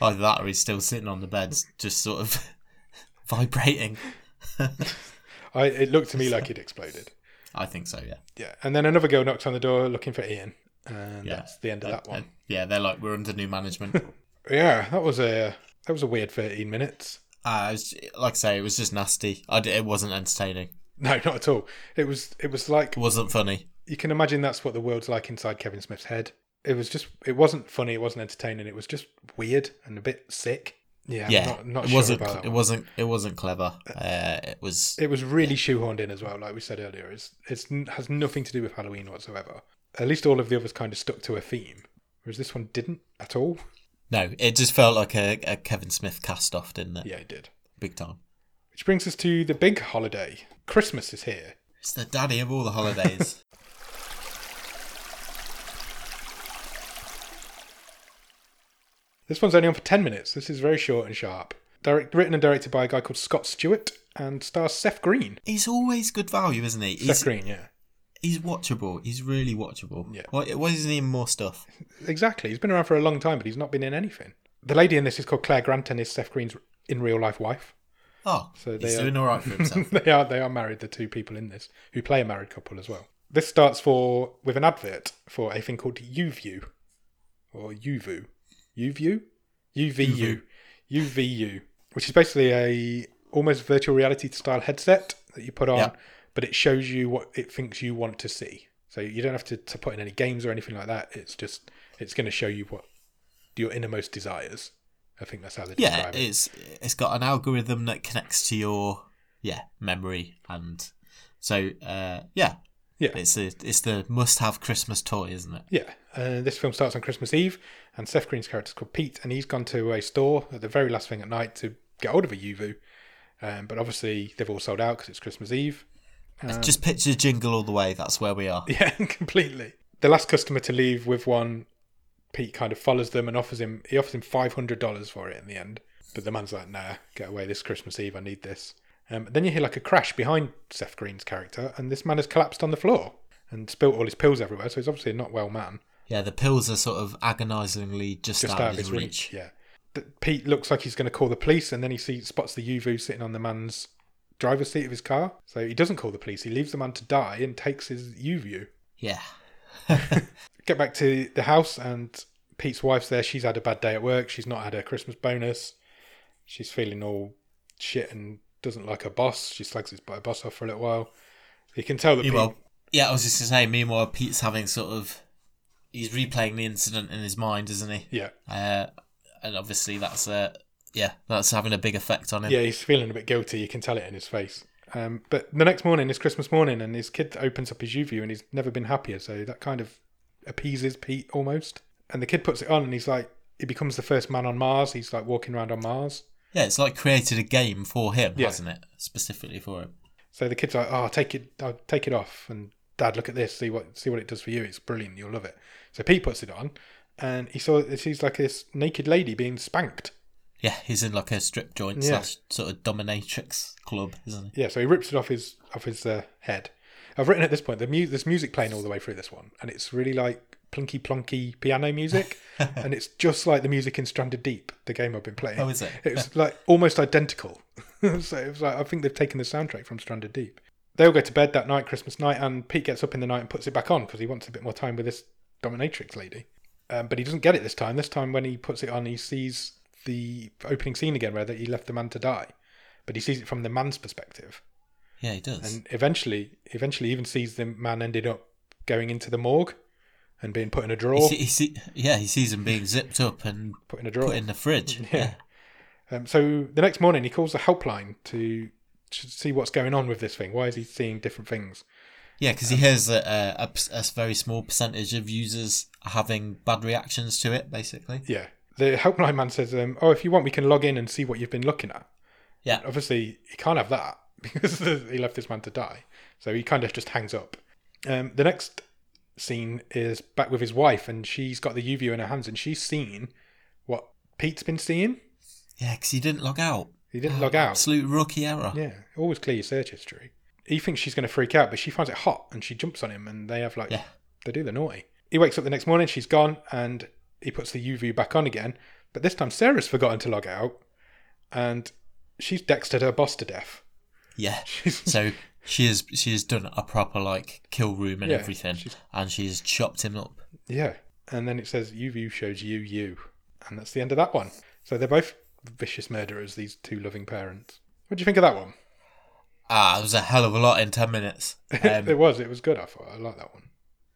S2: Either that, or he's still sitting on the bed, just sort of vibrating.
S1: I. It looked to me like it exploded.
S2: I think so, yeah.
S1: Yeah, and then another girl knocks on the door looking for Ian, and
S2: Yeah.
S1: that's the end of that one.
S2: Uh, yeah, they're like, we're under new management.
S1: Yeah, that was a that was a weird thirteen minutes.
S2: uh, it was- like I say, it was just nasty. I d- it wasn't entertaining.
S1: No, not at all. It was it was like
S2: It wasn't funny.
S1: you can imagine that's what the world's like inside Kevin Smith's head. It was just it wasn't funny, it wasn't entertaining, it was just weird and a bit sick. Yeah, I'm
S2: Yeah,
S1: not, not
S2: it
S1: sure
S2: wasn't.
S1: about
S2: cl-
S1: that.
S2: it
S1: one.
S2: wasn't. It wasn't clever. Uh, it was.
S1: It was really shoehorned in as well, like we said earlier. It's it's n- has nothing to do with Halloween whatsoever. At least all of the others kind of stuck to a theme, whereas this one didn't at all.
S2: No, it just felt like a, a Kevin Smith cast off, didn't it?
S1: Yeah, it did.
S2: Big time.
S1: Which brings us to the big holiday. Christmas is here.
S2: It's the daddy of all the holidays.
S1: This one's only on for 10 minutes. This is very short and sharp. Direct, written and directed by a guy called Scott Stewart and stars Seth Green.
S2: he's always good value, isn't he?
S1: Seth
S2: He's,
S1: Green, yeah.
S2: he's watchable. He's really watchable.
S1: Yeah.
S2: Why, why isn't he in more stuff?
S1: Exactly. He's been around for a long time, but he's not been in anything. The lady in this is called Claire Granton, is Seth Green's in real life wife.
S2: Oh,
S1: So they
S2: he's
S1: are-
S2: doing all right for himself.
S1: they are they are married, the two people in this, who play a married couple as well. This starts for with an advert for a thing called UView. Or UVU. UView? UVU. UVU. Which is basically a almost virtual reality style headset that you put on,
S2: Yeah.
S1: but it shows you what it thinks you want to see. So you don't have to, to put in any games or anything like that. It's just it's gonna show you what your innermost desires. I think that's how they
S2: yeah,
S1: describe it.
S2: it's it's got an algorithm that connects to your yeah memory and so uh, yeah
S1: Yeah.
S2: it's a, it's the must have Christmas toy, isn't it?
S1: Yeah, uh, this film starts on Christmas Eve, and Seth Green's character's called Pete, and he's gone to a store at the very last thing at night to get hold of a UVU. Um, but obviously, they've all sold out because it's Christmas Eve.
S2: Just picture jingle all the way. That's where we are.
S1: Yeah, completely. The last customer to leave with one, Pete kind of follows them and offers him he offers him five hundred dollars for it in the end. But the man's like, "Nah, get away this Christmas Eve. I need this." Um, then you hear like a crash behind Seth Green's character, and this man has collapsed on the floor and spilt all his pills everywhere. So he's obviously a not well man.
S2: Yeah, the pills are sort of agonisingly just,
S1: just
S2: out, of his reach.
S1: Yeah. But Pete looks like he's going to call the police, and then he sees, spots the UVU sitting on the man's driver's seat of his car. So he doesn't call the police. He leaves the man to die and takes his UVU.
S2: Yeah,
S1: Get back to the house, and Pete's wife's there. She's had a bad day at work. She's not had her Christmas bonus. She's feeling all shit and doesn't like her boss. She slags his her boss off for a little while. You can tell that Pete,
S2: Meanwhile, yeah, I was just gonna say. Meanwhile, Pete's having sort of he's replaying the incident in his mind, isn't he?
S1: yeah,
S2: Uh, and obviously that's uh, yeah, that's having a big effect on him.
S1: Yeah, he's feeling a bit guilty. You can tell it in his face. Um, but the next morning is Christmas morning, and his kid opens up his UView, and he's never been happier. So that kind of appeases Pete almost. And the kid puts it on, and he's like, he becomes the first man on Mars. He's like walking around on Mars.
S2: Yeah, it's like created a game for him,
S1: Yeah.
S2: hasn't it? Specifically for him.
S1: So the kid's like, "Oh, take it, I'll take it off." And Dad, look at this. See what see what it does for you. It's brilliant. You'll love it. So Pete puts it on, and he saw he sees like this naked lady being spanked.
S2: Yeah, he's in like a strip joint
S1: Yeah.
S2: slash sort of dominatrix club, isn't he?
S1: Yeah, so he rips it off his off his uh, head. I've written at this point the mu- there's music playing all the way through this one, and it's really like plunky plonky piano music, and it's just like the music in Stranded Deep, the game I've been playing.
S2: Oh, is it?
S1: It was like almost identical. so it was like I think they've taken the soundtrack from Stranded Deep. They all go to bed that night, Christmas night, and Pete gets up in the night and puts it back on because he wants a bit more time with this dominatrix lady. Um, but he doesn't get it this time. This time, when he puts it on, he sees the opening scene again where that he left the man to die, but he sees it from the man's perspective
S2: Yeah, he does.
S1: and eventually eventually even sees the man ended up going into the morgue and being put in a
S2: he
S1: drawer
S2: see, he see, yeah, he sees him being zipped up and
S1: put in a drawer
S2: put in the fridge. Yeah.
S1: um, so the next morning he calls the helpline to, to see what's going on with this thing why is he seeing different things
S2: Yeah, because he hears that uh, a, p- a s- very small percentage of users are having bad reactions to it, basically.
S1: yeah the helpline man says, um, "Oh, if you want, we can log in and see what you've been looking at."
S2: Yeah.
S1: Obviously, he can't have that because he left this man to die. So he kind of just hangs up. Um, the next scene is back with his wife, and she's got the UV in her hands, and she's seen what Pete's been seeing.
S2: Yeah, because he didn't log out. Uh,
S1: He didn't
S2: Oh,
S1: log out.
S2: Absolute rookie error.
S1: Yeah, always clear your search history. He thinks she's going to freak out, but she finds it hot and she jumps on him, and they have like,
S2: Yeah.
S1: they do the naughty. He wakes up the next morning, she's gone, and he puts the UV back on again. But this time, Sarah's forgotten to log out, and she's dextered her boss to death.
S2: Yeah.
S1: She's
S2: So she has she has done a proper like kill room and
S1: Yeah,
S2: everything,
S1: she's-
S2: and she has chopped him up.
S1: Yeah. And then it says UV shows you you. And that's the end of that one. So they're both vicious murderers, these two loving parents. What do you think of that one?
S2: Ah, it was a hell of a lot in ten minutes.
S1: it
S2: Um,
S1: was. It was good, I thought. I like that one.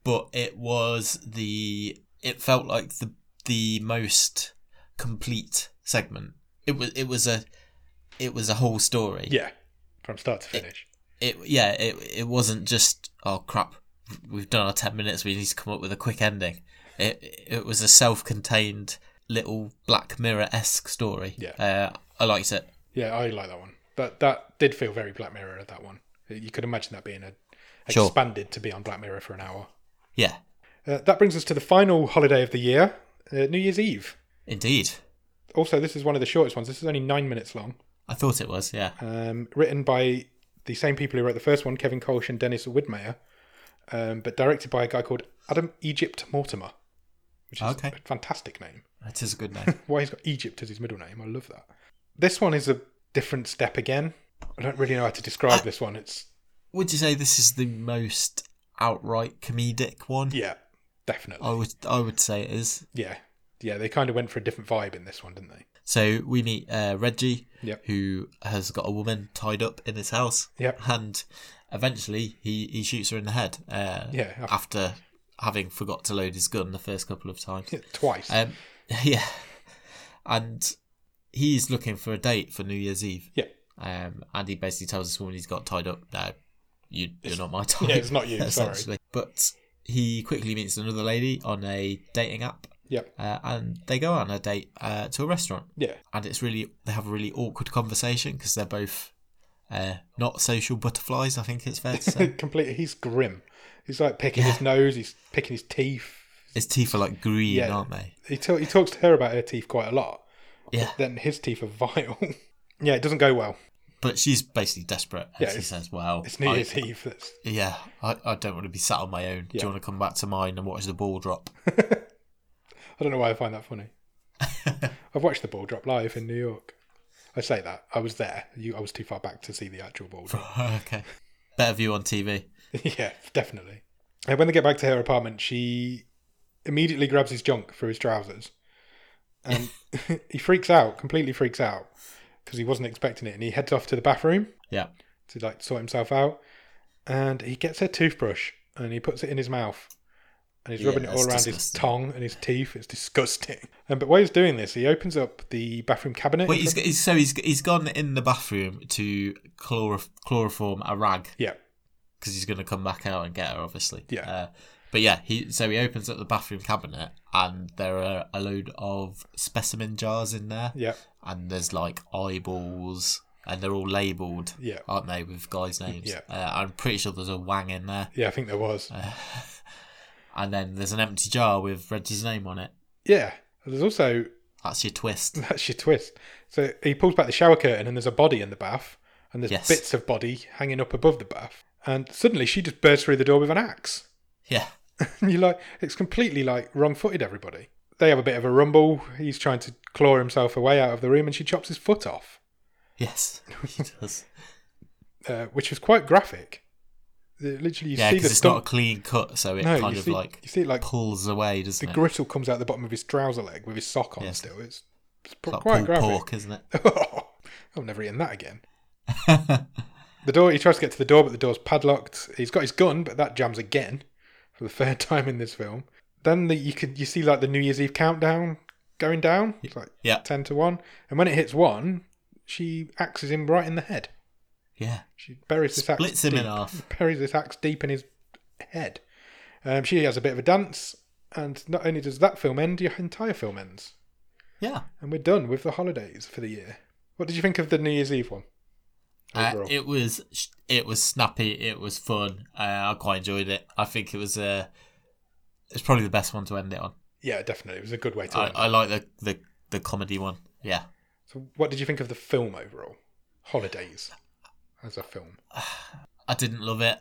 S2: but it was the it felt like the the most complete segment. It was it was a it was a whole story.
S1: Yeah. From start to finish.
S2: It yeah it it wasn't just oh crap we've done our ten minutes we need to come up with a quick ending. It it was a self contained little Black Mirror esque story.
S1: Yeah.
S2: uh, I liked it.
S1: Yeah, I like that one. That that did feel very Black Mirror, that one. You could imagine that being a,
S2: Sure.
S1: expanded to be on Black Mirror for an hour.
S2: Yeah,
S1: Uh, that brings us to the final holiday of the year, uh, New Year's Eve.
S2: indeed.
S1: Also, this is one of the shortest ones. This is only nine minutes long.
S2: I thought it was, yeah.
S1: um, written by the same people who wrote the first one, Kevin Colch and Dennis Widmeyer, um, but directed by a guy called Adam Egypt Mortimer, which is
S2: Okay.
S1: a fantastic name.
S2: That is a good name.
S1: Why he's got Egypt as his middle name, I love that. This one is a different step again. I don't really know how to describe this one. It's
S2: would you say this is the most outright comedic one?
S1: yeah, definitely
S2: I would I would say it is.
S1: yeah, yeah. They kind of went for a different vibe in this one, didn't they?
S2: So we meet uh, Reggie,
S1: Yep.
S2: who has got a woman tied up in his house.
S1: Yep.
S2: And eventually he, he shoots her in the head. Uh,
S1: Yeah.
S2: After having forgot to load his gun the first couple of times.
S1: Twice.
S2: um, yeah. And he's looking for a date for New Year's Eve.
S1: yeah,
S2: Um, and he basically tells this woman he's got tied up. No, you, you're not my type.
S1: yeah. It's not you. sorry.
S2: essentially. But he quickly meets another lady on a dating app,
S1: Yeah,
S2: uh, and they go on a date uh, to a restaurant.
S1: yeah,
S2: And it's really they have a really awkward conversation because they're both uh, not social butterflies. I think it's fair to say
S1: completely. He's grim. He's like picking his nose. He's picking his teeth.
S2: his teeth are like green,
S1: Yeah.
S2: aren't they?
S1: he, ta- he talks to her about her teeth quite a lot.
S2: Yeah.
S1: Then his teeth are vile. yeah, it doesn't go well.
S2: But she's basically desperate, and
S1: Yeah,
S2: she
S1: it's-
S2: says, "Well,
S1: It's New
S2: I-
S1: Year's Eve. That's,
S2: yeah, I, I don't want to be sat on my own. Do
S1: Yeah.
S2: you want to come back to mine and watch the ball drop?"
S1: I don't know why I find that funny. I've watched the ball drop live in New York. I say that I was there. You, I was too far back to see the actual ball drop.
S2: okay, better view on TV.
S1: yeah, definitely. And when they get back to her apartment, she immediately grabs his junk through his trousers, and he freaks out. Completely freaks out because he wasn't expecting it, and he heads off to the bathroom.
S2: Yeah,
S1: to like sort himself out. And he gets a toothbrush and he puts it in his mouth. And he's
S2: Yeah,
S1: rubbing it all
S2: that's
S1: around his
S2: disgusting.
S1: tongue and his teeth. It's disgusting. And but while he's doing this, he opens up the bathroom cabinet.
S2: Wait,
S1: in
S2: he's,
S1: front-
S2: he's so he's he's gone in the bathroom to chlor, chloroform a rag
S1: yeah,
S2: because he's going to come back out and get her, obviously.
S1: Yeah.
S2: Uh, but yeah, he so he opens up the bathroom cabinet and there are a load of specimen jars in there,
S1: yeah,
S2: and there's like eyeballs, and they're all labelled,
S1: Yeah.
S2: aren't they, with guys' names?
S1: Yeah.
S2: Uh, I'm pretty sure there's a Wang in there,
S1: yeah. I think there was.
S2: Uh-huh. and then there's an empty jar with Reggie's name on it.
S1: yeah. There's also
S2: That's your twist.
S1: that's your twist. So he pulls back the shower curtain and there's a body in the bath, and there's
S2: Yes.
S1: bits of body hanging up above the bath. And suddenly she just bursts through the door with an axe.
S2: yeah.
S1: And you're like, it's completely like wrong footed everybody. They have a bit of a rumble. He's trying to claw himself away out of the room and she chops his foot off,
S2: Yes. He does.
S1: uh, which was quite graphic. Uh, Literally, you
S2: Yeah,
S1: see the
S2: because it's not a
S1: stump.
S2: clean cut, so it
S1: No,
S2: kind
S1: you
S2: of
S1: see,
S2: like
S1: you see it like
S2: pulls away, doesn't
S1: the
S2: it?
S1: gristle comes out the bottom of his trouser leg with his sock on
S2: Yes.
S1: still. It's, it's
S2: It's like
S1: quite
S2: pulled
S1: graphic.
S2: pork, isn't it?
S1: I'm never eating that again.
S2: yeah,
S1: The door, he tries to get to the door, but the door's padlocked. He's got his gun, but that jams again for the third time in this film. Then the, you could you see like the New Year's Eve countdown going down. It's like 10 to 1. And when it hits 1, she axes him right in the head.
S2: yeah.
S1: She buries this axe.
S2: Splits him
S1: deep,
S2: in half.
S1: Buries this axe deep in his head. Um, she has a bit of a dance, and not only does that film end, your entire film ends.
S2: Yeah.
S1: And we're done with the holidays for the year. What did you think of the New Year's Eve one?
S2: Uh, it was it was snappy. It was fun. Uh, I quite enjoyed it. I think it was uh, it's probably the best one to end it on.
S1: yeah, definitely. It was a good way to
S2: I,
S1: end.
S2: I like the, the the comedy one. Yeah.
S1: So, what did you think of the film overall? Holidays as a film.
S2: I didn't love it.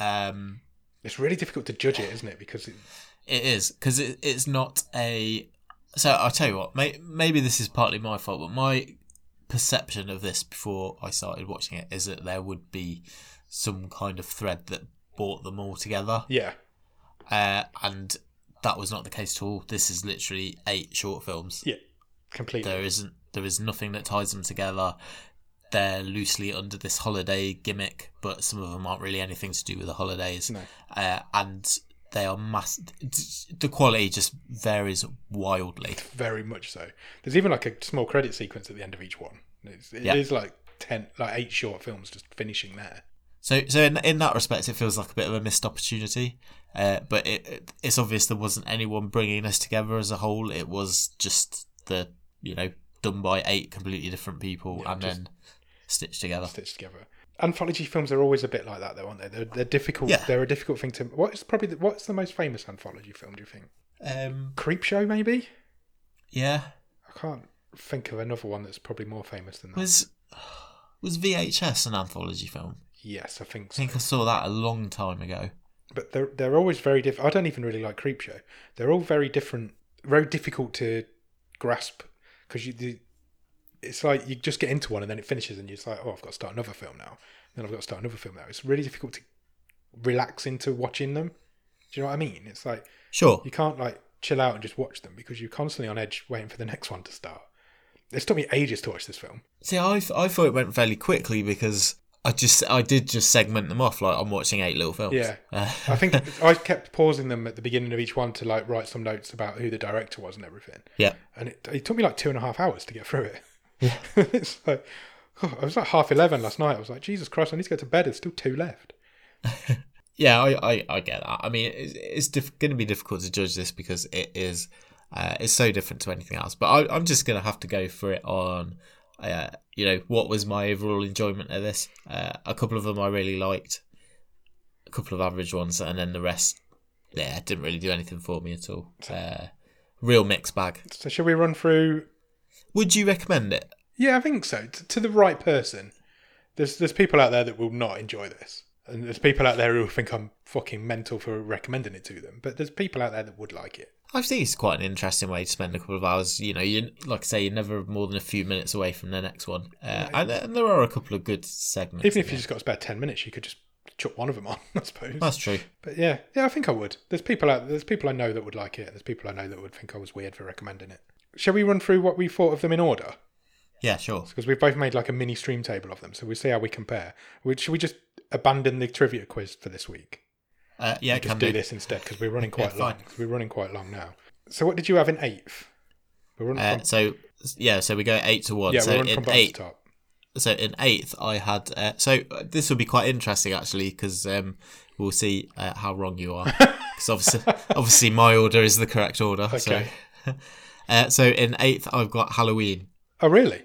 S2: Um,
S1: It's really difficult to judge it, isn't it? Because it,
S2: it is because it, it's not a. So I'll tell you what. May, maybe this is partly my fault, but my perception of this before I started watching it is that there would be some kind of thread that brought them all together,
S1: yeah,
S2: uh, and that was not the case at all. This is literally eight short films.
S1: yeah, completely.
S2: There isn't. There is nothing that ties them together. They're loosely under this holiday gimmick, but some of them aren't really anything to do with the holidays.
S1: No.
S2: Uh, and they are mass. The quality just varies wildly.
S1: Very much so. There's even like a small credit sequence at the end of each one. It's, it
S2: Yeah.
S1: is like ten, like eight short films just finishing there.
S2: So, so in, in that respect, it feels like a bit of a missed opportunity. Uh, but it, it, it's obvious there wasn't anyone bringing us together as a whole. It was just the you know done by eight completely different people
S1: Yeah,
S2: and
S1: just-
S2: then stitched together.
S1: stitched together. Anthology films are always a bit like that, though, aren't they? They're, they're difficult.
S2: Yeah.
S1: They're a difficult thing to. What's probably the, what's the most famous anthology film? Do you think
S2: Um,
S1: Creepshow? Maybe
S2: yeah.
S1: I can't think of another one that's probably more famous than that.
S2: Was was VHS an anthology film?
S1: yes, I think
S2: I
S1: so.
S2: think I saw that a long time ago.
S1: But they're they're always very different. I don't even really like Creepshow. They're all very different, very difficult to grasp because you. The, it's like you just get into one and then it finishes and you're just like, oh, I've got to start another film now. Then I've got to start another film now. It's really difficult to relax into watching them. Do you know what I mean? It's like
S2: Sure.
S1: you can't like chill out and just watch them because you're constantly on edge waiting for the next one to start. It's took me ages to watch this film.
S2: See, I, I thought it went fairly quickly because I just I did just segment them off like I'm watching eight little films.
S1: Yeah.
S2: Uh,
S1: I think I kept pausing them at the beginning of each one to like write some notes about who the director was and everything.
S2: yeah.
S1: And it, it took me like two and a half hours to get through it. it's like, oh, I was like half 11 last night. I was like, Jesus Christ, I need to go to bed. There's still two left.
S2: Yeah, I, I, I get that. I mean, it's, it's diff- going to be difficult to judge this because it is, uh, it's so different to anything else. But I, I'm just going to have to go for it on, uh, you know, what was my overall enjoyment of this? Uh, a couple of them I really liked, a couple of average ones, and then the rest, yeah, didn't really do anything for me at all. Uh, real mixed bag.
S1: So, shall we run through?
S2: Would you recommend it?
S1: Yeah, I think so. T- to the right person. There's, there's people out there that will not enjoy this. And there's people out there who think I'm fucking mental for recommending it to them. But there's people out there that would like it.
S2: I think it's quite an interesting way to spend a couple of hours. You know, you like I say, you're never more than a few minutes away from the next one, uh, and, and there are a couple of good segments.
S1: Even
S2: in
S1: if you just got a spare 10 minutes, you could just chuck one of them on, I suppose.
S2: That's true.
S1: But yeah, yeah, I think I would. There's people out there's people I know that would like it, and there's people I know that would think I was weird for recommending it. Shall we run through what we thought of them in order?
S2: Yeah, sure.
S1: Because we've both made like a mini stream table of them, so we'll see how we compare. We, should we just abandon the trivia quiz for this week?
S2: Uh, yeah,
S1: Just
S2: can
S1: do
S2: do.
S1: this instead because we're running quite
S2: Yeah,
S1: long.
S2: fine.
S1: 'cause We're running quite long now. So what did you have in eighth? We're running
S2: Uh,
S1: from,
S2: so yeah, so we go eight to one.
S1: yeah,
S2: so
S1: we're running
S2: in
S1: from bottom
S2: eight,
S1: to top.
S2: so in eighth, I had. Uh, so uh, this will be quite interesting actually, because um, we'll see uh, how wrong you are. Because obviously, obviously, my order is the correct order. So,
S1: Okay.
S2: uh, so in eighth, I've got Halloween.
S1: Oh really?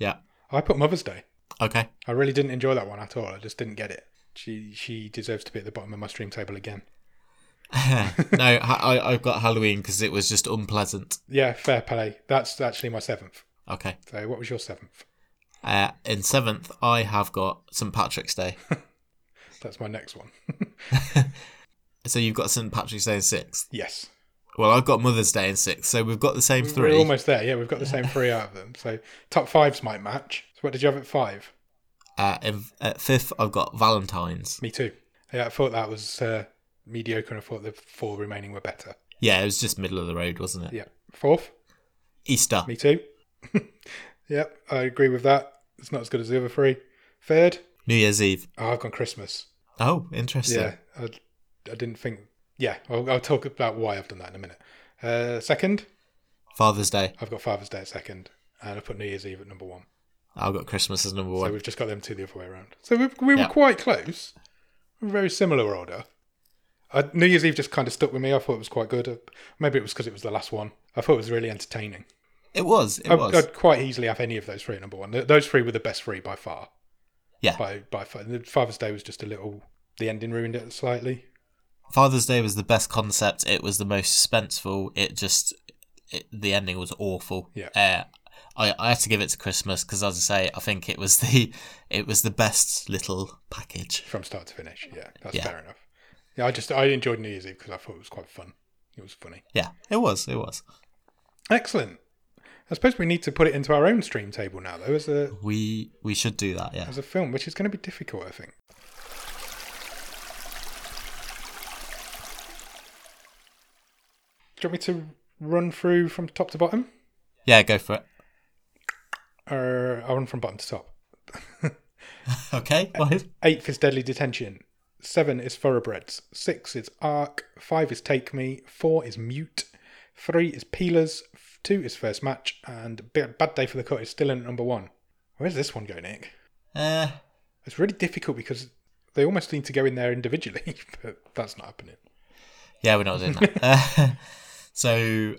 S2: Yeah.
S1: I put Mother's Day.
S2: Okay.
S1: I really didn't enjoy that one at all. I just didn't get it. She she deserves to be at the bottom of my stream table again.
S2: no, ha- I, I've got Halloween because it was just unpleasant.
S1: Yeah, fair play. That's actually my seventh.
S2: Okay.
S1: So what was your seventh?
S2: Uh, in seventh, I have got St Patrick's Day.
S1: That's my next one.
S2: so you've got St Patrick's Day in sixth.
S1: yes.
S2: Well, I've got Mother's Day in sixth. So we've got the same
S1: We're
S2: 3
S1: almost there. Yeah, we've got the same three out of them. So top fives might match. So what did you have at five?
S2: Uh, in, at fifth, I've got Valentine's.
S1: Me too. Yeah, I thought that was uh, mediocre and I thought the four remaining were better.
S2: Yeah, it was just middle of the road, wasn't it?
S1: Yeah. Fourth?
S2: Easter.
S1: Me too. yep, I agree with that. It's not as good as the other three. Third?
S2: New Year's Eve.
S1: Oh, I've gone Christmas.
S2: Oh, interesting.
S1: Yeah, I, I didn't think. Yeah, I'll, I'll talk about why I've done that in a minute. Uh, second?
S2: Father's Day.
S1: I've got Father's Day at second. And I put New Year's Eve at number one.
S2: I've got Christmas as number
S1: So
S2: one.
S1: we've just got them two the other way around. So we, we were
S2: Yeah.
S1: quite close. We were very similar order. Uh, New Year's Eve just kind of stuck with me. I thought it was quite good. Uh, Maybe it was because it was the last one. I thought it was really entertaining.
S2: It was. It
S1: I,
S2: was.
S1: I'd quite easily have any of those three at number one. Th- Those three were the best three by far.
S2: Yeah.
S1: By by far, the Father's Day was just a little. The ending ruined it slightly.
S2: Father's Day was the best concept. It was the most suspenseful. It just it, the ending was awful.
S1: Yeah.
S2: Uh, I, I have to give it to Christmas because, as I say, I think it was the it was the best little package.
S1: from start to finish. Yeah, that's
S2: Yeah.
S1: fair enough. Yeah, I just I enjoyed New Year's Eve because I thought it was quite fun. It was funny.
S2: Yeah, it was. It was.
S1: Excellent. I suppose we need to put it into our own stream table now, though, as a
S2: We we should do that. Yeah.
S1: as a film, which is going to be difficult, I think. Do you want me to run through from top to bottom,
S2: Yeah. Go for it.
S1: or Uh, I'll run from bottom to top?
S2: Okay. Well,
S1: Eighth is Deadly Detention. Seven is Thoroughbreds. Six is Arc. Five is Take Me. Four is Mute. Three is Peelers. F- Two is First Match. And B- Bad Day for the Cut is still in at number one. Where's this one go, Nick?
S2: uh,
S1: It's really difficult because they almost need to go in there individually, but that's not happening.
S2: yeah, we're not doing that. uh, so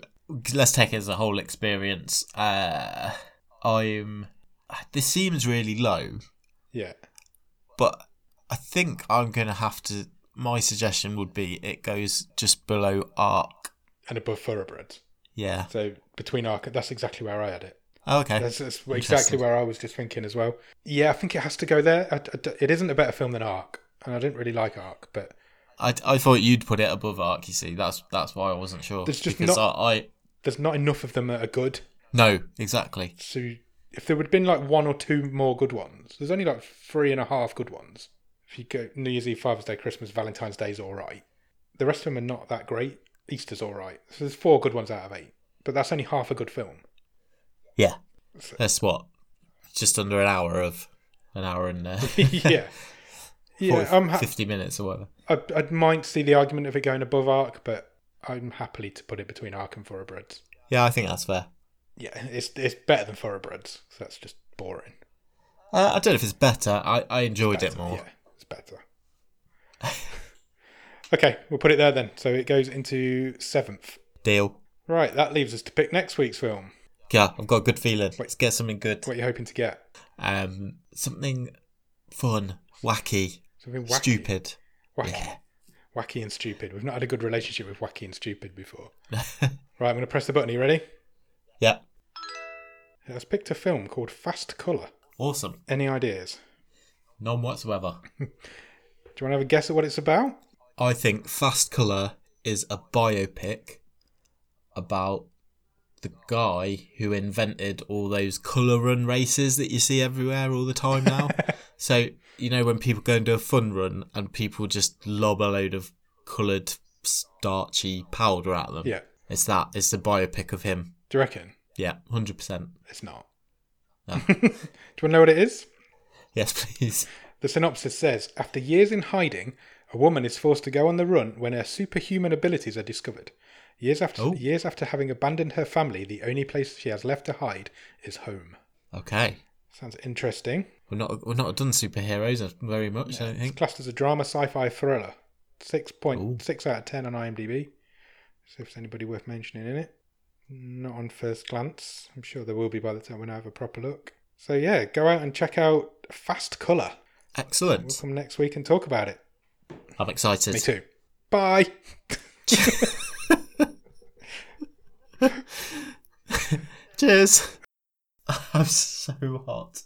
S2: let's take it as a whole experience. Uh, I'm. This seems really low.
S1: Yeah.
S2: but I think I'm gonna have to. My suggestion would be it goes just below Arc.
S1: And above Thoroughbreds.
S2: Yeah. Oh,
S1: So between Arc, that's exactly where I had it.
S2: Okay.
S1: That's, that's exactly
S2: Eh, Interesting.
S1: where I was just thinking as well. Yeah, I think it has to go there. I- I d- it isn't a better film than Arc, and I didn't really like Arc, but
S2: I, I thought you'd put it above Arc. You see, that's that's why I wasn't sure.
S1: There's just
S2: because
S1: not-
S2: I, I
S1: there's not enough of them that are good.
S2: no exactly.
S1: So if there would have been like one or two more good ones, there's only like three and a half good ones. If you go New Year's Eve, Father's Day, Christmas, Valentine's Day's all right. The rest of them are not that great. Easter's all right. So there's four good ones out of eight, but that's only half a good film.
S2: Yeah. That's what. Just under an hour of, an hour and uh,
S1: yeah, yeah.
S2: 40,
S1: I'm ha-
S2: fifty minutes or whatever.
S1: I, I might see the argument of it going above Arc, but I'm happily to put it between Arc and Thoroughbreds.
S2: Yeah, I think that's fair.
S1: Yeah, it's it's better than Thoroughbreds. So that's just boring.
S2: Uh, I don't know if it's better. I, I enjoyed it more.
S1: Yeah, it's better. okay, we'll put it there then. So it goes into seventh.
S2: Deal.
S1: Right, that leaves us to pick next week's film.
S2: Yeah, I've got a good feeling. Let's get something good.
S1: What are you hoping to get?
S2: Um, something fun, wacky,
S1: Something wacky.
S2: stupid.
S1: Wacky.
S2: Yeah.
S1: Wacky and stupid. We've not had a good relationship with wacky and stupid before. right, I'm going to press the button. Are you ready?
S2: Yeah.
S1: It has picked a film called Fast Colour.
S2: Awesome.
S1: Any ideas?
S2: None whatsoever.
S1: Do you want to have a guess at what it's about?
S2: I think Fast Colour is a biopic about the guy who invented all those colour run races that you see everywhere all the time now. so, you know, when people go and do a fun run and people just lob a load of coloured, starchy powder at them.
S1: Yeah.
S2: It's that. It's the biopic of him.
S1: Do you reckon?
S2: Yeah, 100%.
S1: It's not.
S2: No.
S1: Do you want to know what it is?
S2: Yes, please.
S1: The synopsis says After years in hiding, a woman is forced to go on the run when her superhuman abilities are discovered. Years after,
S2: Oh.
S1: years after having abandoned her family, the only place she has left to hide is home.
S2: Okay.
S1: Sounds interesting.
S2: We're not we're not done superheroes very much, I don't
S1: It's
S2: think.
S1: classed as a drama sci fi thriller. 6.6 out of 10 on IMDb. See if there's anybody worth mentioning in it. Not on first glance. I'm sure there will be by the time when I have a proper look. So, yeah, go out and check out Fast Colour. We'll
S2: Excellent.
S1: come next week and talk about it.
S2: I'm excited.
S1: Me too. Bye.
S2: Cheers. I'm so hot.